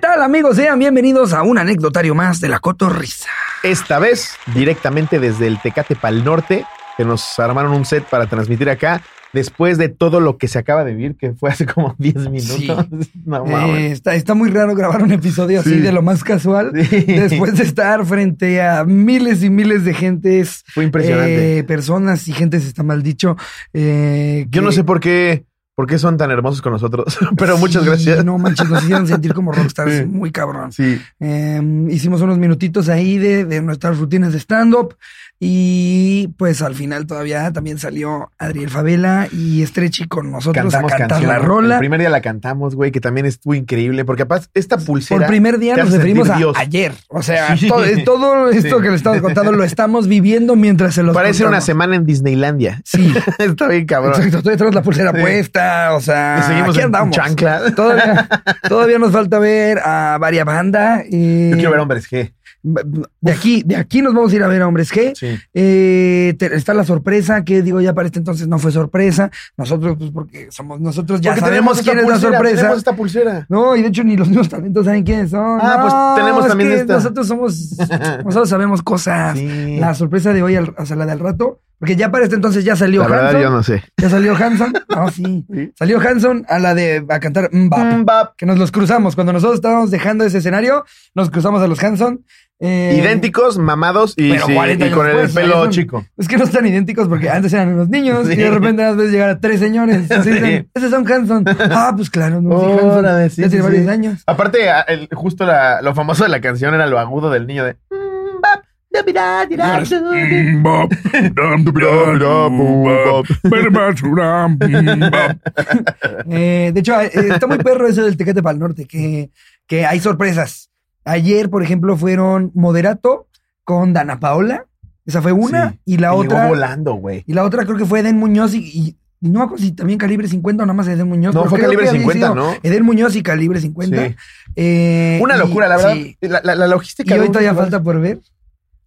tal amigos? Sean bienvenidos a un anecdotario más de la cotorrisa. Esta vez directamente desde el Tecate Pal Norte, que nos armaron un set para transmitir acá. Después de todo lo que se acaba de vivir, que fue hace como 10 minutos. No, mames. Eh, está, está muy raro grabar un episodio así Sí. de lo más casual. Sí. Eh, Después de estar frente a miles y miles de gentes. Fue impresionante. eh, personas y gentes, está mal dicho. eh, Yo que- no sé por qué, por qué son tan hermosos con nosotros, pero muchas Sí, gracias. No manches, nos hicieron sentir como rockstars. Sí. Muy cabrón. Sí. Eh, hicimos unos minutitos ahí de, de nuestras rutinas de stand-up y pues al final todavía también salió Adriel Favela y Estrechi con nosotros Cantamos a cantar canción. la El rola. primer día la cantamos, güey, que también estuvo increíble, porque aparte esta pulsera. Por primer día te nos hace referimos sentir a Dios. ayer. O sea, Sí. todo, todo esto Sí. que le estamos contando lo estamos viviendo mientras se los Parece una contamos. semana en Disneylandia. Sí, Está bien cabrón. exacto. Todavía tenemos la pulsera Sí. puesta. O sea, Y seguimos aquí en andamos. chancla. Todavía, todavía nos falta ver a varias bandas. eh, Yo quiero ver hombres G. de aquí, de aquí nos vamos a ir a ver a Hombres G. Sí. Eh, te- está la sorpresa, que digo, ya para este entonces no fue sorpresa. Nosotros, pues porque somos nosotros, ya Porque sabemos tenemos esta quién es la pulsera, sorpresa. Tenemos esta pulsera. No, y de hecho ni los mismos talentos saben quiénes son. Ah, pues, No, tenemos es también que esta. Nosotros somos, nosotros sabemos cosas. Sí. La sorpresa de hoy, al- o sea, la del rato, porque ya para este entonces ya salió La verdad, Hanson. yo no sé. Ya salió Hanson. No, sí. Sí. Salió Hanson a la de a cantar Mbap. Mbap. Que nos los cruzamos. Cuando nosotros estábamos dejando ese escenario, nos cruzamos a los Hanson. Eh, Idénticos, mamados y, Pero sí, 40 y años con el después, pelo son- chico. Es que no están idénticos porque antes eran unos niños y Sí. de repente a veces llegar a tres señores. Así Sí. dicen, Esos son Hanson. Ah, pues claro, no, sí, Hanson. Órale, sí, ya tiene sí, varios sí. años. Aparte, a- el- justo la- lo famoso de la canción era lo agudo del niño de. "Mm, "Mbap, da, bi, da, di, da, du, di". Eh, de hecho, eh, está muy perro eso del Tecate para el Norte, que, que hay sorpresas. Ayer, por ejemplo, fueron Moderato con Dana Paola. Esa fue una. Sí. Y la Y llegó otra. volando, güey. Y la otra creo que fue Eden Muñoz y, y- y no me acuerdo si también Calibre 50 o nada más Eden Muñoz. No, pero fue creo Calibre que había 50, sido ¿no? Eden Muñoz y Calibre 50. Sí. Eh, Una y- locura, la verdad. sí. La, la- la logística. Y hoy de- todavía falta por ver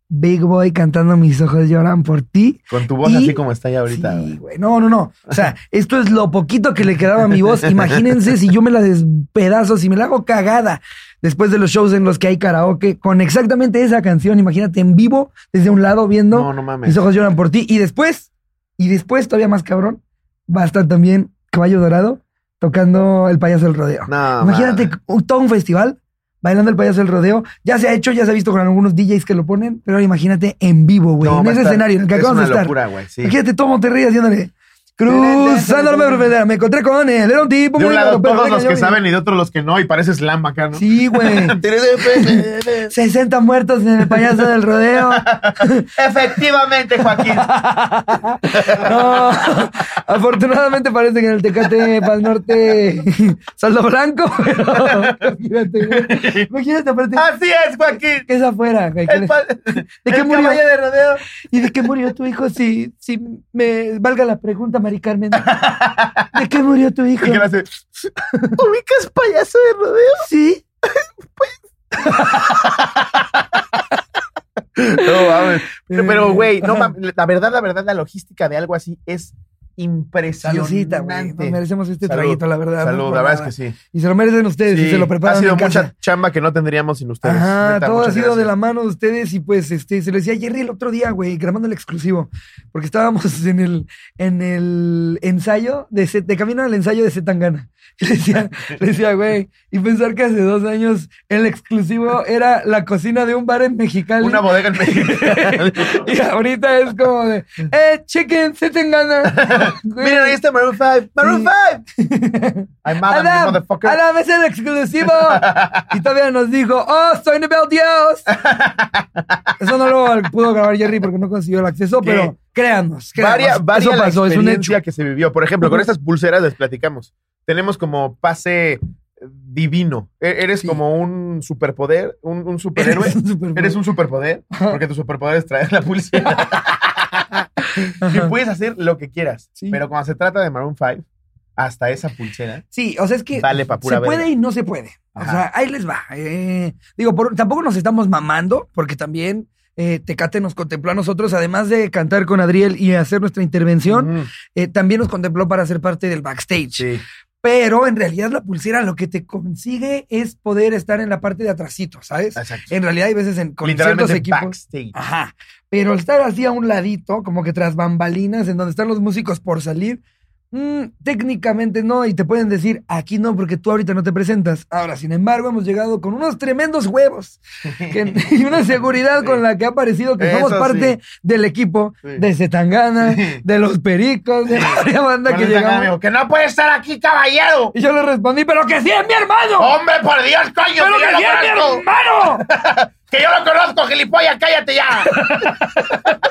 Big Boy cantando Mis ojos lloran por ti. Con tu voz Y- así como está ya ahorita. Sí, güey. güey. No, no, no. O sea, esto es lo poquito que le quedaba a mi voz. Imagínense si yo me la despedazo, si me la hago cagada después de los shows en los que hay karaoke con exactamente esa canción. Imagínate en vivo, desde un lado viendo No, no mames. Mis ojos lloran por ti. Y después, y después, todavía más cabrón, va a estar también Caballo Dorado tocando El Payaso del Rodeo. No, Imagínate mames. un- todo un festival bailando el payaso del rodeo. Ya se ha hecho, ya se ha visto con algunos DJs que lo ponen, pero ahora imagínate en vivo, güey. No, en va a ese estar- escenario en el que es acabamos de una estar. locura, güey. Sí. Imagínate todo Monterrey haciéndole. Cruzando la frontera, me encontré con él. Era un tipo De muy un Pues lado pero todos venga, los yo que vi- saben y de otros los que no, y parece slam acá, ¿no? Sí, güey. 60 muertos en el payaso del rodeo. Efectivamente, Joaquín. No. Afortunadamente parece que en el Tecate para el norte saldo blanco, pero imagínate, güey. Imagínate aparte Así es, Joaquín. que es afuera, güey. que le- ¿De qué murió? de rodeo. ¿Y de qué murió tu hijo? Si, si me valga la pregunta, Mari Carmen. ¿De qué murió tu hijo? ¿Y qué le hace? ¿Ubicas payaso de rodeo? Sí. No, mames. Pero, pero, güey, no Ajá. mames. La verdad, la verdad, la logística de algo así es impresionante. Saludcita, güey. Nos merecemos este Salud. traguito, la verdad. no Salud, por la verdad nada. es que sí. Y se lo merecen ustedes Sí, y se lo preparan Ha sido en casa. mucha chamba que no tendríamos sin ustedes. Ajá, Neta, todo ha muchas sido de gracias. la mano de ustedes y pues este se lo decía a Jerry el otro día, güey, grabando el exclusivo, porque estábamos en el en el ensayo de Z- de camino al ensayo de Zetangana. Y le decía, le decía, güey, y pensar que hace dos años el exclusivo era la cocina de un bar en Mexicali. Una bodega en México. y ahorita es como de, eh, chicken, Zetangana. Güey. Miren, ahí está Maroon 5. Maroon 5. I'm mad at you, Adam, motherfucker. Adam es el exclusivo. Y todavía nos dijo, oh, soy nivel Dios. Eso no lo pudo grabar Jerry porque no consiguió el acceso, ¿Qué? pero créanos, créanos. Varia, varia Eso la pasó, es un hecho. experiencia que se vivió. Por ejemplo, con estas pulseras les platicamos. Tenemos como pase eh, divino. E- Eres Sí. como un superpoder, un, un superhéroe. Eres un superhéroe. Eres un superpoder, porque tu superpoder es traer la pulsera. y Ajá. puedes hacer lo que quieras. Sí. Pero cuando se trata de Maroon 5, hasta esa pulsera. Sí, o sea, es que Vale pa' pura se puede verga. y no se puede. O Ajá. sea, ahí les va. Eh, digo, por- tampoco nos estamos mamando, porque también eh, Tecate nos contempló a nosotros, además de cantar con Adriel y hacer nuestra intervención, Mm, eh, también nos contempló para ser parte del backstage. sí. Pero en realidad la pulsera lo que te consigue es poder estar en la parte de atrásito, ¿sabes? Exacto. En realidad hay veces en con ciertos Literalmente equipos. backstage. Ajá. Pero estar así a un ladito, como que tras bambalinas, en donde están los músicos por salir, mm, técnicamente no, y te pueden decir, aquí no, porque tú ahorita no te presentas. Ahora, sin embargo, hemos llegado con unos tremendos huevos que- y una seguridad Sí. con la que ha parecido que somos Eso parte del equipo Sí. de Zetangana, Sí. de los Pericos, de varias bandas Con que esa cara, llegamos. digo, que no puede estar aquí, caballero. Y yo le respondí, pero que sí es mi hermano. Hombre, por Dios, coño, ¡Pero que yo que sí es mi lo conozco. hermano! Que yo lo conozco, gilipollas, cállate ya.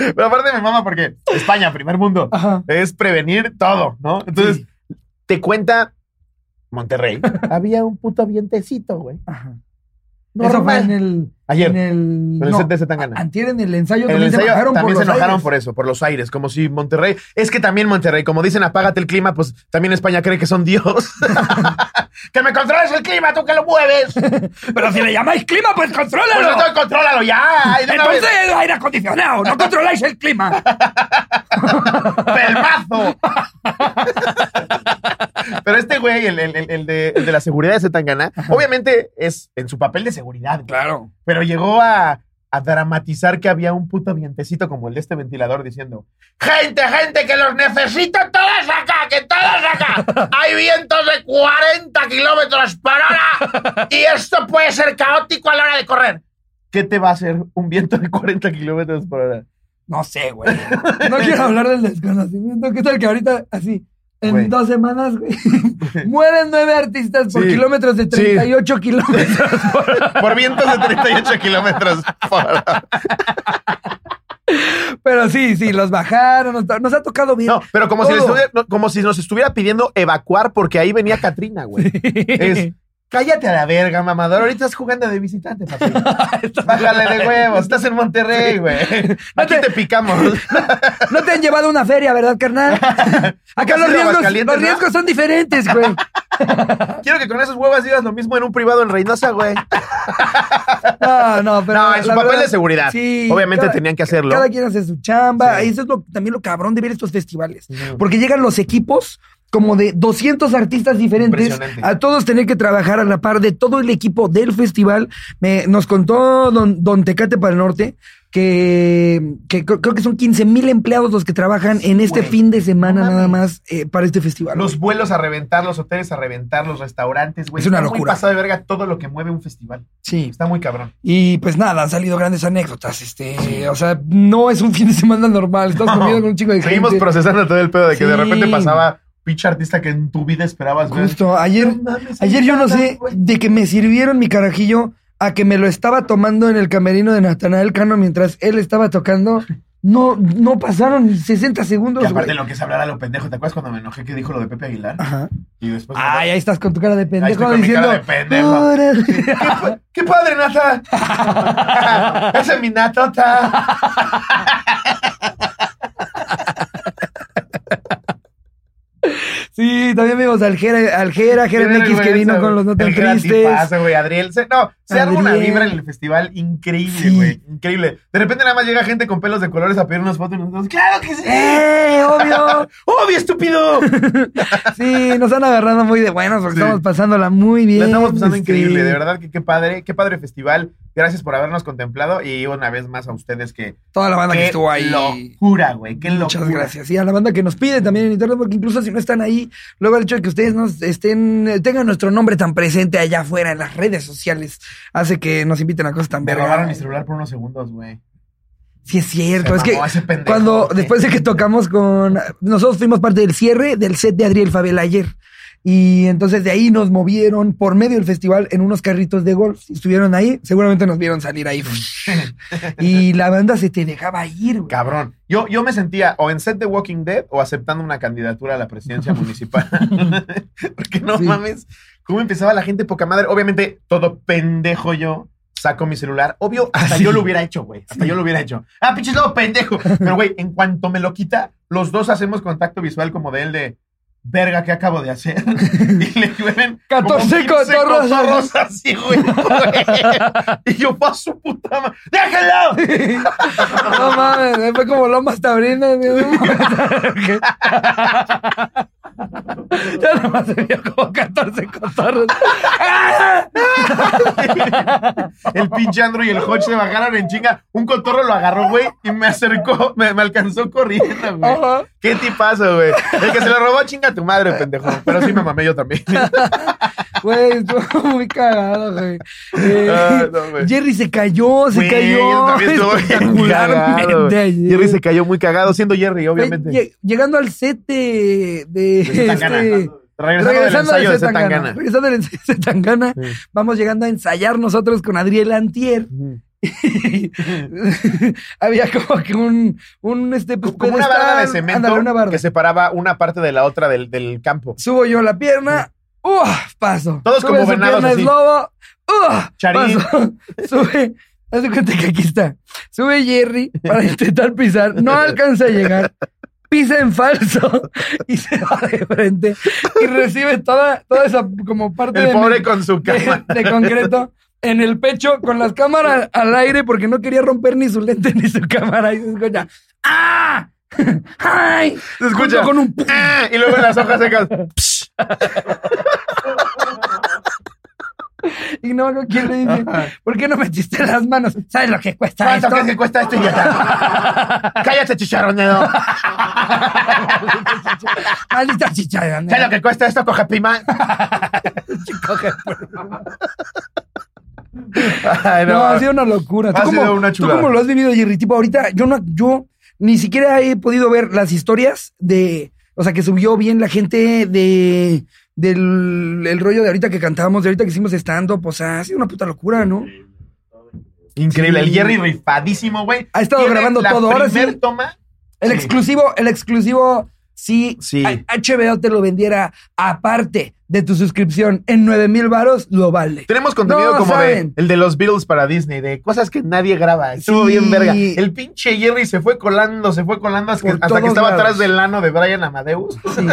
Pero aparte me mama porque España, primer mundo, Ajá. es prevenir todo, ¿no? Entonces, Sí. te cuenta Monterrey. Había un puto vientecito, güey. Ajá. Eso fue Normal. en el... Ayer, En en el, el no, set de Zetangana. Antier en el ensayo En el también ensayo se enojaron también por se los enojaron aires. por eso, por los aires, como si Monterrey. Es que también Monterrey, como dicen, apágate el clima, pues también España cree que son Dios. que me controles el clima, tú que lo mueves. Pero si le llamáis clima, pues Pues contrólalo. entonces contrólalo ya. ay, de una Entonces vez. es aire acondicionado, no controláis el clima. ¡Pelmazo! Pero este güey, el, el- el- el de, el de la seguridad de Zetangana, obviamente es en su papel de seguridad, güey. Claro. pero llegó a, a dramatizar que había un puto vientecito como el de este ventilador diciendo: ¡Gente, gente, que los necesito todas acá, que todas acá! ¡Hay vientos de 40 kilómetros por hora! Y esto puede ser caótico a la hora de correr. ¿Qué te va a hacer un viento de 40 kilómetros por hora? No sé, güey. No quiero hablar del desconocimiento. ¿Qué tal que ahorita, así, en Güey. dos semanas, güey, mueren nueve artistas por Sí. kilómetros de 38 kilómetros? Por vientos de 38 kilómetros por hora. Pero sí, sí, los bajaron. Nos, nos ha tocado bien. No, pero como si, Todo. le estuviera- no, como si nos estuviera pidiendo evacuar porque ahí venía Katrina, güey. Es, cállate a la verga, mamador. Ahorita estás jugando de visitante, papi. Bájale de huevos. Estás en Monterrey, güey. Aquí te picamos. No te han llevado a una feria, ¿verdad, carnal? Acá has ido los a riesgos, Aguascalientes, los no? riesgos son diferentes, güey. Quiero que con esas huevas digas lo mismo en un privado en Reynosa, güey. No, no, pero. No, en su la papel verdad, de seguridad. Obviamente tenían que hacerlo. Cada quien hace su chamba. Sí. Eso es lo, también lo cabrón de ver estos festivales. Porque llegan los equipos como de 200 artistas diferentes. Impresionante. A todos tener que trabajar a la par de todo el equipo del festival. Me, nos contó don, don Tecate para el Norte que, que cre- creo que son 15 mil empleados los que trabajan en este güey. fin de semana No mames. nada más eh, para este festival. Los vuelos a reventar, los hoteles a reventar, los restaurantes, güey. Es una Está muy locura. pasado de verga todo lo que mueve un festival. sí. Está muy cabrón. Y pues nada, han salido grandes anécdotas. Este, o sea, no es un fin de semana normal. Estás comiendo con un chico de gente. Seguimos procesando todo el pedo de que de Sí. repente pasaba pinche artista que en tu vida esperabas ver. Justo, ayer, No mames, ayer yo no ahí sé está, güey. de que me sirvieron mi carajillo a que me lo estaba tomando en el camerino de Natanael Cano mientras él estaba tocando. No, no pasaron ni 60 Que segundos, aparte güey. lo que es hablar a lo pendejo, ¿te acuerdas cuando me enojé que dijo lo de Pepe Aguilar? Ajá. Y después. me- Ay, ahí estás con tu cara de Ahí estoy pendejo con mi diciendo. cara de pendejo. "Órale". ¿Qué, pa- qué padre, Nata! ¡Esa es mi Natota! Sí, también vimos al Jera, al Jera, Jera Qué MX que vergüenza, vino con güey. los no tan El gran tristes. tipazo, güey, Adriel. Se- no, se arma una Adriel. vibra en el festival increíble, Sí. güey. Increíble. De repente nada más llega gente con pelos de colores a pedir unas fotos y nosotros, ¡claro que sí! ¡Eh! ¡Obvio! ¡Obvio, estúpido! Sí, nos han agarrado muy de buenos porque Sí. estamos pasándola muy bien. La estamos pasando este, increíble, de verdad que qué padre, qué padre festival. Gracias por habernos contemplado y una vez más a ustedes que Toda la banda que qué estuvo ahí. locura, güey, qué locura. Muchas gracias. Y a la banda que nos pide también en internet, porque incluso si no están ahí, luego el hecho de que ustedes nos estén, eh, tengan nuestro nombre tan presente allá afuera en las redes sociales, hace que nos inviten a cosas tan Me robaron verga. mi celular por unos segundos, güey. Sí, es cierto. Se Pues Es que mamó ese pendejo, cuando, güey. después de que tocamos con, nosotros fuimos parte del cierre del set de Adriel Fabel ayer. Y entonces de ahí nos movieron por medio del festival en unos carritos de golf. Si Estuvieron ahí, seguramente nos vieron salir ahí. y la banda se te dejaba ir, güey. Cabrón. Yo, yo me sentía o en set de Walking Dead o aceptando una candidatura a la presidencia municipal. Porque no Sí. mames, cómo empezaba la gente poca madre. Obviamente, todo pendejo yo saco mi celular. Obvio, hasta Sí. yo lo hubiera hecho, güey. Hasta yo lo hubiera hecho. Ah, pinche todo pendejo. Pero, güey, en cuanto me lo quita, los dos hacemos contacto visual como de él de. Verga, ¿qué acabo de hacer? Y le llueven como 14 15 cotorros. cotorros así, güey. Y yo, pa' su puta madre. ¡Déjenlo! No mames, fue como Lomas Tabrinas. güey. Ya nomás se vio como 14 cotorros. El pinche Andrew y el Hodge se bajaron en chinga. Un cotorro lo agarró, güey, y me acercó, me, me alcanzó corriendo, güey. Ajá. Qué tipazo, güey. El que se lo robó, chinga a tu madre, pendejo. Pero sí me mamé yo también. Güey, estuvo muy cagado, güey. Eh, Ah, no, güey. Jerry se cayó, se Güey, yo cayó. también estuve bien cagado, Espectacularmente güey. ayer. Jerry se cayó muy cagado, siendo Jerry, Güey, obviamente. lle- Llegando al set de. de De Zetangana. este- Regresando, regresando del ensayo al de set Tangana. Zetangana. Regresando al ensayo de Tangana. Vamos llegando a ensayar nosotros con Adriel Antier. Sí. Había como que un. un este, pues, Como una barra de pedestal. cemento Ándale, una barda. que separaba una parte de la otra del, del campo. Subo yo la pierna. ¡Uf! Paso. Todos Sube como su venados pierna así. Slobo. ¡Uf! Charín. Paso. Sube. Haz de cuenta que aquí está. Sube Jerry para intentar pisar. No alcanza a llegar. Pisa en falso y se va de frente y recibe toda, toda esa como parte El de pobre con su de, cama. de concreto en el pecho con las cámaras al aire porque no quería romper ni su lente ni su cámara. Y se escucha. ¡Ah! ¡Ay! Se escucha. Junto Con un. ¡Ah! Y luego las hojas secas. Y no me acuerdo quién le dice. ¿Por qué no metiste las manos? ¿Sabes lo que cuesta ¿Cuánto esto? crees que cuesta esto, idiota? Cállate, chicharronero. Maldita chicha. ¿Sabes lo que cuesta esto, coge pima? Ay, No, ha sido una locura. Ha ¿Tú cómo, sido una tú chulada. cómo lo has vivido, Jerry? Tipo, ahorita yo no, yo ni siquiera he podido ver las historias de, o sea, que subió bien la gente de del el rollo de ahorita que cantábamos, de ahorita que hicimos stand-up, o sea, ha sido una puta locura, ¿no? Increíble, el Sí. Jerry rifadísimo, güey. Ha estado Tiene grabando la todo, ahora sí. primer toma. El Sí. exclusivo, el exclusivo, si Sí. a- HBO te lo vendiera aparte de tu suscripción en 9 mil varos, lo vale. Tenemos contenido No como saben. de el de los Beatles para Disney, de cosas que nadie graba. Estuvo Sí. bien verga. El pinche Jerry se fue colando, se fue colando hasta, que- Por hasta todos que estaba lados. atrás del lano de Brian Amadeus. Sí.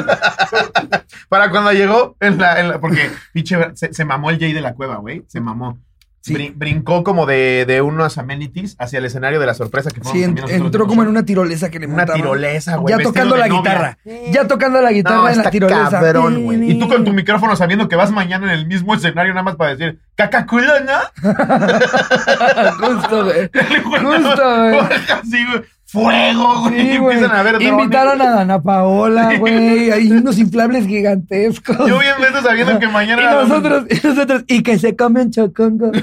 Para cuando llegó en la, en la- porque pinche se, se mamó el Jay de la cueva, güey. Se mamó. Sí. Brin- brincó como de, de unos amenities hacia el escenario de la sorpresa que fuimos Sí, en- también nosotros entró de como en show. una tirolesa que le una montaban. tirolesa, güey. Ya vestido tocando de la novia. guitarra. Ya tocando la guitarra No, en la está tirolesa. cabrón, güey. Y tú con tu micrófono sabiendo que vas mañana en el mismo escenario nada más para decir, cacaculo, ¿no? Justo, güey. Justo, güey. Así, güey. Fuego, güey. Sí, güey. Empiezan a ver drones. Invitaron a Dana Paola, güey. Hay unos inflables gigantescos. Yo bien veces sabiendo que mañana... y era domingo. nosotros, y nosotros, y que se come un chocongo.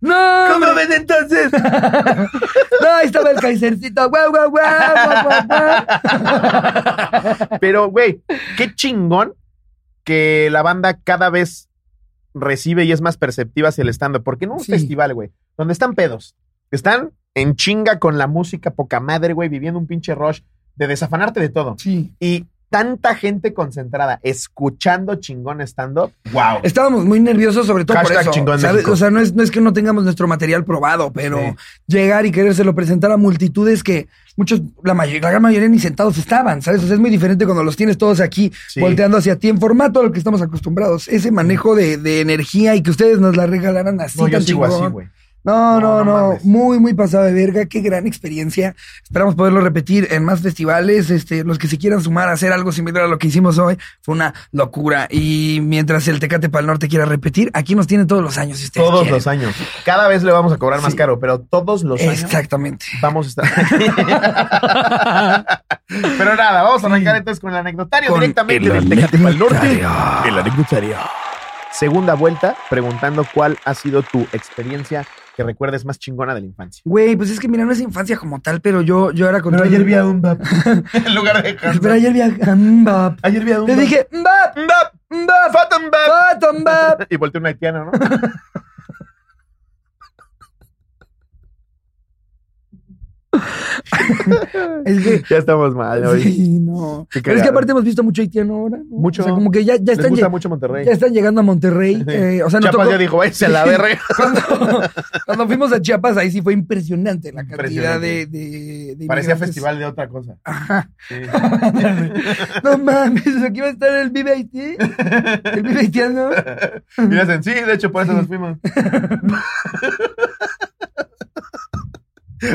no, ¿Cómo hombre. ven entonces? no, ahí estaba el kaisercito. Guau, guau, guau, guau, guau, guau. Pero, güey, qué chingón que la banda cada vez recibe y es más perceptiva hacia el stand-up. Porque en un Sí. festival, güey, donde están pedos, están en chinga con la música, poca madre, güey, viviendo un pinche rush de desafanarte de todo. Sí. Y tanta gente concentrada escuchando chingón stand-up. ¡Wow! Estábamos muy nerviosos, sobre todo Hashtag por eso. chingón ¿sabes? México. O sea, no es, no es que no tengamos nuestro material probado, pero Sí. llegar y querérselo presentar a multitudes que muchos, la, mayoría, la gran mayoría ni sentados estaban, ¿sabes? O sea, es muy diferente cuando los tienes todos aquí Sí. volteando hacia ti en formato a lo que estamos acostumbrados. Ese manejo de, de energía y que ustedes nos la regalaran así. no, yo tan sigo así, chingón. güey. No, no, No, no no. mames. Muy, muy pasado de verga. Qué gran experiencia. Esperamos poderlo repetir en más festivales. Este, los que se quieran sumar a hacer algo similar a lo que hicimos hoy, fue una locura. Y mientras el Tecate para el Norte quiera repetir, aquí nos tienen todos los años. Si ustedes Todos quieren. los años. Cada vez le vamos a cobrar más Sí. caro, pero todos los años. Exactamente. Vamos a estar. Pero nada, vamos a arrancar entonces con el anecdotario Con directamente el del Tecate Pal Norte. anecdotario. El anecdotario. Segunda vuelta, preguntando cuál ha sido tu experiencia que recuerdes más chingona de la infancia. Güey, pues es que mira, no es infancia como tal, pero yo, yo era con todo- a un bap. en lugar de Pero ayer vi a Mbap. Ayer vi a un Le dije, Mbap, Bap. Mbap, Fato, Mbap. Y volteó un haitiano, ¿no? Es que. ya estamos mal hoy. Sí, no. Qué Pero es que cagado. aparte hemos visto mucho haitiano ahora. ¿no? Mucho. O sea, como que ya, ya Les están. gusta lle- mucho Monterrey. Ya están llegando a Monterrey. eh, o sea, nos Chiapas tocó- ya dijo, váyase a la verga. Cuando, cuando fuimos a Chiapas, ahí sí fue impresionante la cantidad de, Impresionante. de- de Parecía inmigrantes. festival de otra cosa. Ajá. Sí. No mames, aquí va a estar el Vive Haití. El Vive Haitiano. Y hacen, sí, de hecho, por eso nos fuimos.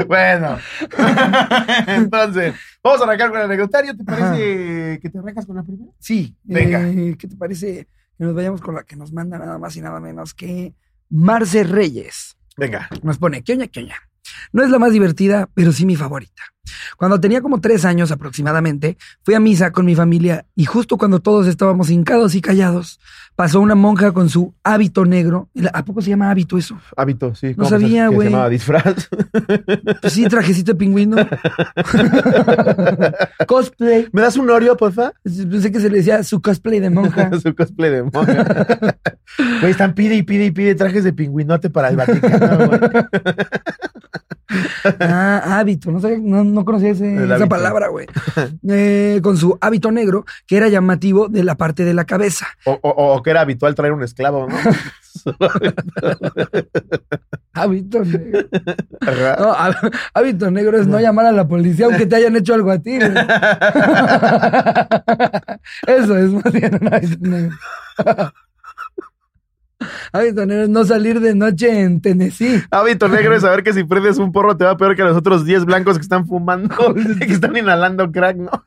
Bueno, entonces, vamos a arrancar con el anecdotario. ¿Te parece que te arrancas con la primera? Sí. Venga. eh, ¿Qué te parece que nos vayamos con la que nos manda nada más y nada menos que Marce Reyes? Venga. Nos pone, ¿qué oña, qué oña? No es la más divertida, pero sí mi favorita. Cuando tenía como tres años aproximadamente, fui a misa con mi familia y justo cuando todos estábamos hincados y callados, pasó una monja con su hábito negro. ¿A poco se llama hábito eso? Hábito, sí. No ¿cómo pensás sabía, que güey. Se llamaba disfraz. Pues sí, trajecito de pingüino. cosplay. ¿Me das un Oreo, porfa? Pensé que se le decía su cosplay de monja. Su cosplay de monja. Güey, están pide y pide y pide trajes de pingüinote para el Vaticano, güey. Ah, hábito. No, sabía- no, no conocía ese- El esa hábito. palabra, güey. Eh, con su hábito negro, que era llamativo de la parte de la cabeza. O, o- o que era habitual traer un esclavo, ¿no? Hábito negro. Ajá. No, há- hábito negro es no llamar a la policía aunque te hayan hecho algo a ti. güey. Eso es más bien un hábito negro. Hábito negro es no salir de noche en Tennessee. Hábito negro es saber que si prendes un porro te va peor que los otros 10 blancos que están fumando, que están inhalando crack, ¿no?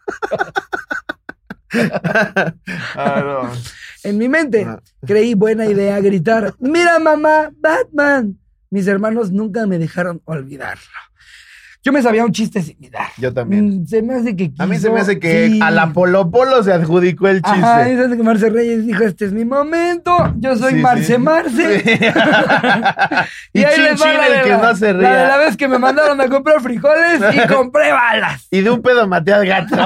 Ah, En mi mente Ah. creí buena idea gritar, mira mamá, Batman. Mis hermanos nunca me dejaron olvidarlo. Yo me sabía un chiste similar. Yo también. Mm, Se me hace que A mí se quiso- me hace que sí. a la Polo Polo se adjudicó el chiste. Ajá, es que Marce Reyes dijo, este es mi momento, yo soy Sí, Marce sí. Marce. Sí. y ahí chin, les va chin, la el de que la- no se La de la ría. vez que me mandaron a comprar frijoles y compré balas. Y de un pedo maté al gato.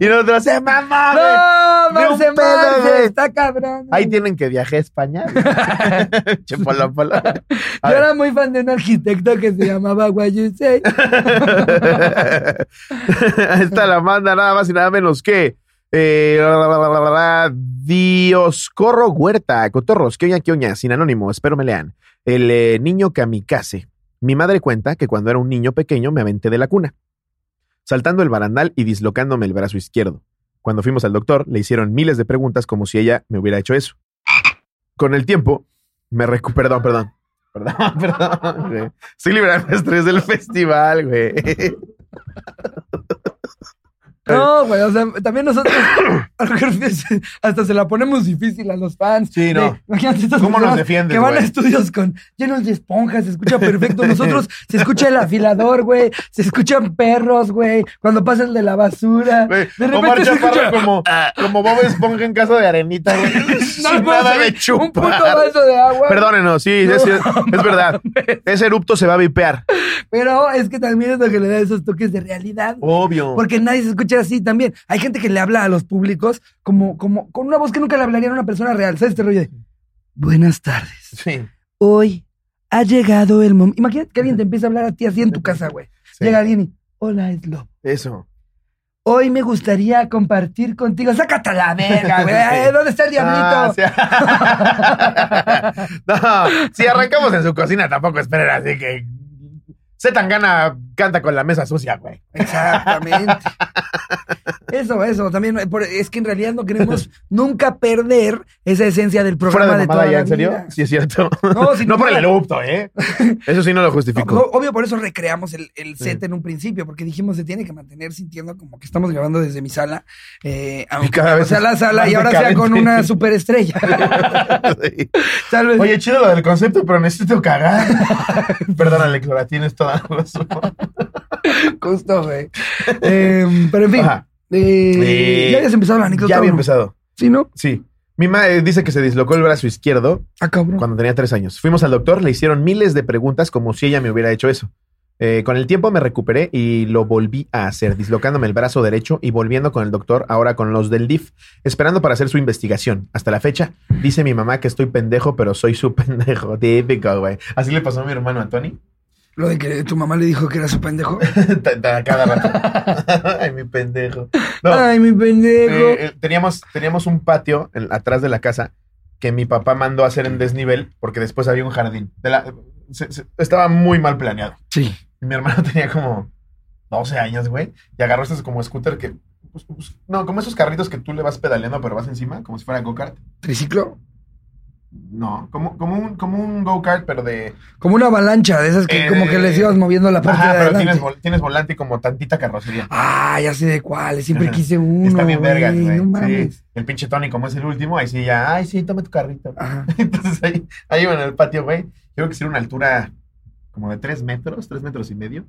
y nosotros, se mamá, güey". No, de un Marce pedo, Marce, güey. está cabrón. Ahí tienen que viajar a España. che, Polo Polo. A Yo ver. era muy fan de un arquitecto que se llamaba Guayusei. Esta la manda nada más y nada menos que eh, Dioscorro Huerta, Cotorros, que oña, que oña, sin anónimo, espero me lean. El eh, niño kamikaze. Mi madre cuenta que cuando era un niño pequeño me aventé de la cuna, saltando el barandal y dislocándome el brazo izquierdo. Cuando fuimos al doctor, le hicieron miles de preguntas como si ella me hubiera hecho eso. Con el tiempo, me recu... Perdón, perdón. Perdón, perdón, güey. Estoy liberando estrés del festival, güey. No, güey, o sea, también nosotros hasta se la ponemos difícil a los fans. Sí, no. De- imagínate estas ¿Cómo nos personas defiendes, Que van a güey? estudios con llenos de esponjas, se escucha perfecto. Nosotros se escucha el afilador, güey. Se escuchan perros, güey. Cuando pasa el de la basura. Güey, de Omar repente se Chaparro escucha "Ah". como, como Bob Esponja en casa de arenita, güey. No, Sin no, nada sí, de chupar. Un puto vaso de agua. Perdónenos, sí, es, No, es- es verdad. Ese erupto se va a vipear. Pero es que también es lo que le da esos toques de realidad. Obvio. Porque nadie se escucha así también. Hay gente que le habla a los públicos como, como con una voz que nunca le hablaría a una persona real. ¿Sabes este rollo de, Buenas tardes. Sí, Hoy ha llegado el momento. Imagínate que alguien te empieza a hablar a ti así en tu casa, güey. sí. Llega alguien y. Hola, es Lobo. Eso. Hoy me gustaría compartir contigo. Sácate a la verga, güey. Eh, ¿Dónde está el Ah, diablito? sí. no, si arrancamos en su cocina, tampoco esperen así que. Zetangana canta con la mesa sucia, güey. Exactamente. Eso, eso. También eh, por- es que en realidad no queremos nunca perder esa esencia del programa Fuera de de, toda mamada ya, la ¿en serio? vida. Sí, es cierto. No, sin no por duda. el erupto, ¿eh? Eso sí no lo No, justifico. obvio, por eso recreamos el, el set Sí. en un principio, porque dijimos se tiene que mantener sintiendo como que estamos grabando desde mi sala. eh, aunque- cada vez o sea, es la sala más y ahora sea decadente. con una superestrella. Sí. Tal vez. Oye, chido lo del concepto, pero necesito cagar. Perdón, Alex, ahora tienes toda la razón. Justo, güey. Em, pero en fin. Ajá. eh, Eh, ya habías empezado la anécdota. Ya había ¿no? empezado. Sí, ¿no? Sí. Mi madre dice que se dislocó el brazo izquierdo Ah, cabrón. cuando tenía tres años. Fuimos al doctor, le hicieron miles de preguntas como si ella me hubiera hecho eso. Eh, con el tiempo me recuperé y lo volví a hacer, dislocándome el brazo derecho y volviendo con el doctor, ahora con los del DIF, esperando para hacer su investigación. Hasta la fecha, dice mi mamá que estoy pendejo, pero soy su pendejo. Típico, güey. Así le pasó a mi hermano a Tony. Lo de que tu mamá le dijo que era su pendejo. Ta- ta- Cada rato. Ay, mi pendejo. No, Ay, mi pendejo. Eh, eh, teníamos, teníamos un patio en- atrás de la casa que mi papá mandó a hacer en desnivel porque después había un jardín. De la- se- se- estaba muy mal planeado. sí. Mi hermano tenía como 12 años, güey, y agarró este como scooter que... pues, pues, no, como esos carritos que tú le vas pedaleando, pero vas encima, como si fuera go-kart. ¿Triciclo? No, como, como un, como un go-kart, pero de. Como una avalancha de esas que Eh, como que les ibas moviendo la parte Ajá, de pero adelante. tienes, vol- tienes volante y como tantita carrocería. Ah, ya sé de cuál. Siempre Ajá. quise uno. Está bien vergas, güey. Ah, No mames. Sí, el pinche Tony, como es el último, ahí sí ya, ay, sí, toma tu carrito. Ajá. Entonces ahí, ahí iban al patio, güey. Yo creo que sí era una altura como de tres metros, tres metros y medio.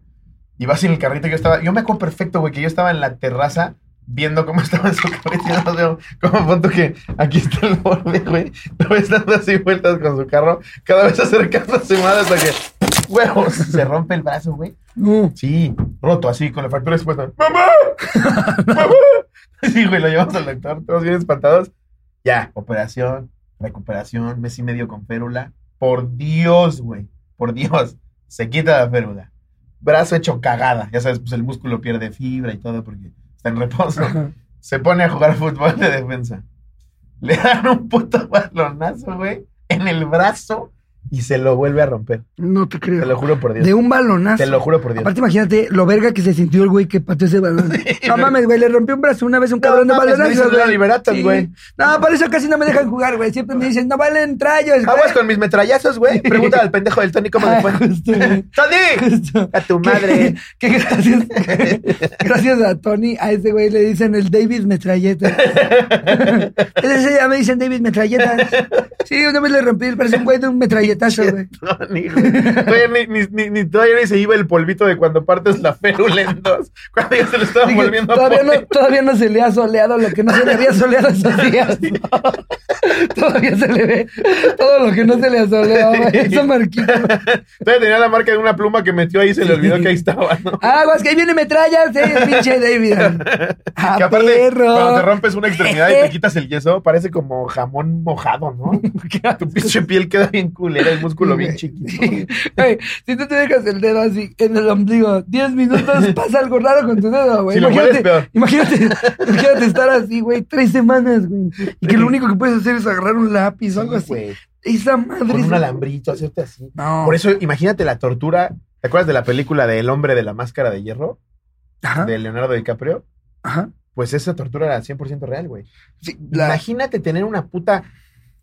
Y vas en el carrito que yo estaba. Yo me acuerdo perfecto, güey, que yo estaba en la terraza viendo cómo estaba su carrito. Y no veo como punto que aquí está el borde, güey. Lo ves dando así vueltas con su carro, cada vez acercándose más hasta que. ¡Huevos! Se rompe el brazo, güey. No. Sí, roto así, con la fractura expuesta. ¡Mamá! ¡Mamá! Sí, güey, lo llevamos al doctor, todos bien espantados. Ya, operación, recuperación, mes y medio con férula. Por Dios, güey, por Dios, se quita la férula. Brazo hecho cagada, ya sabes, pues el músculo pierde fibra y todo porque está en reposo. Ajá. Se pone a jugar fútbol de defensa. Le dan un puto balonazo, güey, en el brazo y se lo vuelve a romper. No te Te creo. lo juro por De Dios. un balonazo. Te lo juro por Dios. Aparte, imagínate lo verga que se sintió el güey que pateó ese balón. No mames, güey, le rompió un brazo una vez a un cabrón de mames, me balonazo, dicen güey. la Liberatas, Sí. güey. No, por eso casi no me dejan jugar, güey. Siempre me dicen, no valen trayos, güey. Aguas con mis metrallazos, güey. Pregunta al pendejo del Tony cómo le fue. Ah, justo, güey. ¡Tony! Justo. A tu madre. Que, que ¿eh? gracias, gracias a Tony, a ese güey le dicen el David Metralleta. Ese ya me dicen David Metralleta. Sí, una vez le rompí el brazo a un güey de un metralletazo, güey. Tony, güey. Todavía ni, ni, ni, ni- todavía ni se iba el polvito de cuando partes la férula en dos. Cuando ya se lo estaba Dije, volviendo a todavía, poner. no, todavía no se le ha soleado lo que no se le había soleado esos días. ¿no? Todavía se le ve todo lo que no se le ha soleado. güey. Esa marquita. güey. Todavía tenía la marca de una pluma que metió ahí y se le olvidó Sí. que ahí estaba, ¿no? Aguas, que ahí viene metrallas, eh, pinche David. Ah, que aparte, perro. cuando te rompes una extremidad y te quitas el yeso, parece como jamón mojado, ¿no? Tu pinche piel queda bien culera, el músculo bien Güey, chiquito. sí. Güey, si tú te dejas el dedo así en el ombligo, 10 minutos pasa algo raro con tu dedo, güey. Si lo imagínate, hueles, peor. imagínate, imagínate estar así, güey, tres semanas, güey. Y que lo único que puedes hacer es agarrar un lápiz o algo Sí, así. güey. Esa madre. Con es- un alambrito, hacerte así. No. Por eso, imagínate la tortura. ¿Te acuerdas de la película de El hombre de la máscara de hierro? Ajá, De Leonardo DiCaprio. ajá. Pues esa tortura era 100% real, güey. Sí, la- Imagínate tener una puta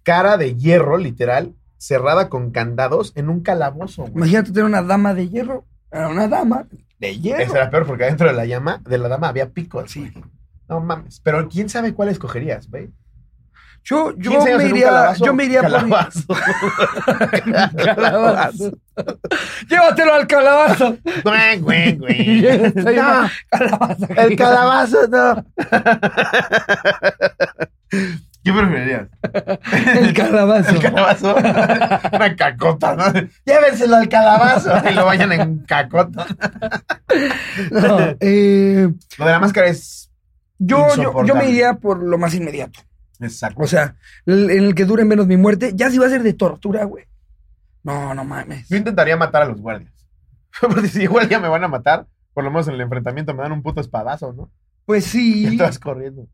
cara de hierro, literal, cerrada con candados en un calabozo, güey. imagínate tener una dama de hierro. Era una dama de Esa hierro. era peor porque adentro de la llama, de la dama había picos. Sí. Sí. No mames. Pero quién sabe cuál escogerías, güey. Yo, yo 15 años me en un iría, calabazo. yo me iría por Calabazo. calabazo. Llévatelo al calabazo. Güey, güey, güey. Soy No. una calabaza El gigante. calabazo, no. ¿Qué preferirías? El calabazo. ¿El calabazo? Una cacota, ¿no? Llévenselo al calabazo y lo vayan en cacota. No, eh, Lo de la máscara es. yo, yo, yo me Insoportable. iría por lo más inmediato. Exacto. O sea, el- en el que dure menos mi muerte. Ya si va a ser de tortura, güey. No, no mames. Yo intentaría matar a los guardias. Porque si igual ya me van a matar, por lo menos en el enfrentamiento me dan un puto espadazo, ¿no? Pues Y sí. tú vas corriendo.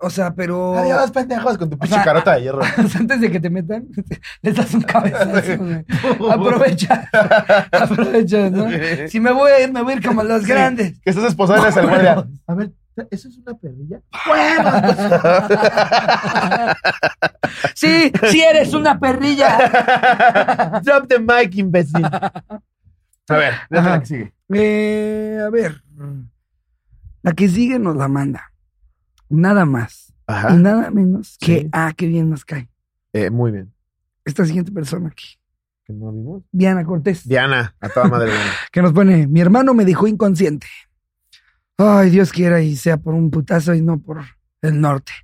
O sea, pero. Adiós, pendejos, con tu pinche sea, carota de hierro. Antes de que te metan, les das un cabezazo, güey. Aprovecha. Aprovecha, ¿no? Si me voy a ir, me voy a ir como los Sí. grandes. Que estás esposado en el guardia. Huevos. Ah, A ver, ¿eso es una perrilla? Sí, sí eres una perrilla. Drop the mic, imbécil. A ver, déjame Ajá. la que sigue. Eh, a ver. La que sigue nos la manda. Nada más y Ajá. nada menos que. ¿Ah? Sí. Ah, qué bien nos cae. Eh, muy bien. Esta siguiente persona aquí. ¿Que no vimos? Diana Cortés. Diana, a toda madre. Diana. que nos pone, mi hermano me dejó inconsciente. Ay, Dios quiera y sea por un putazo y no por el norte.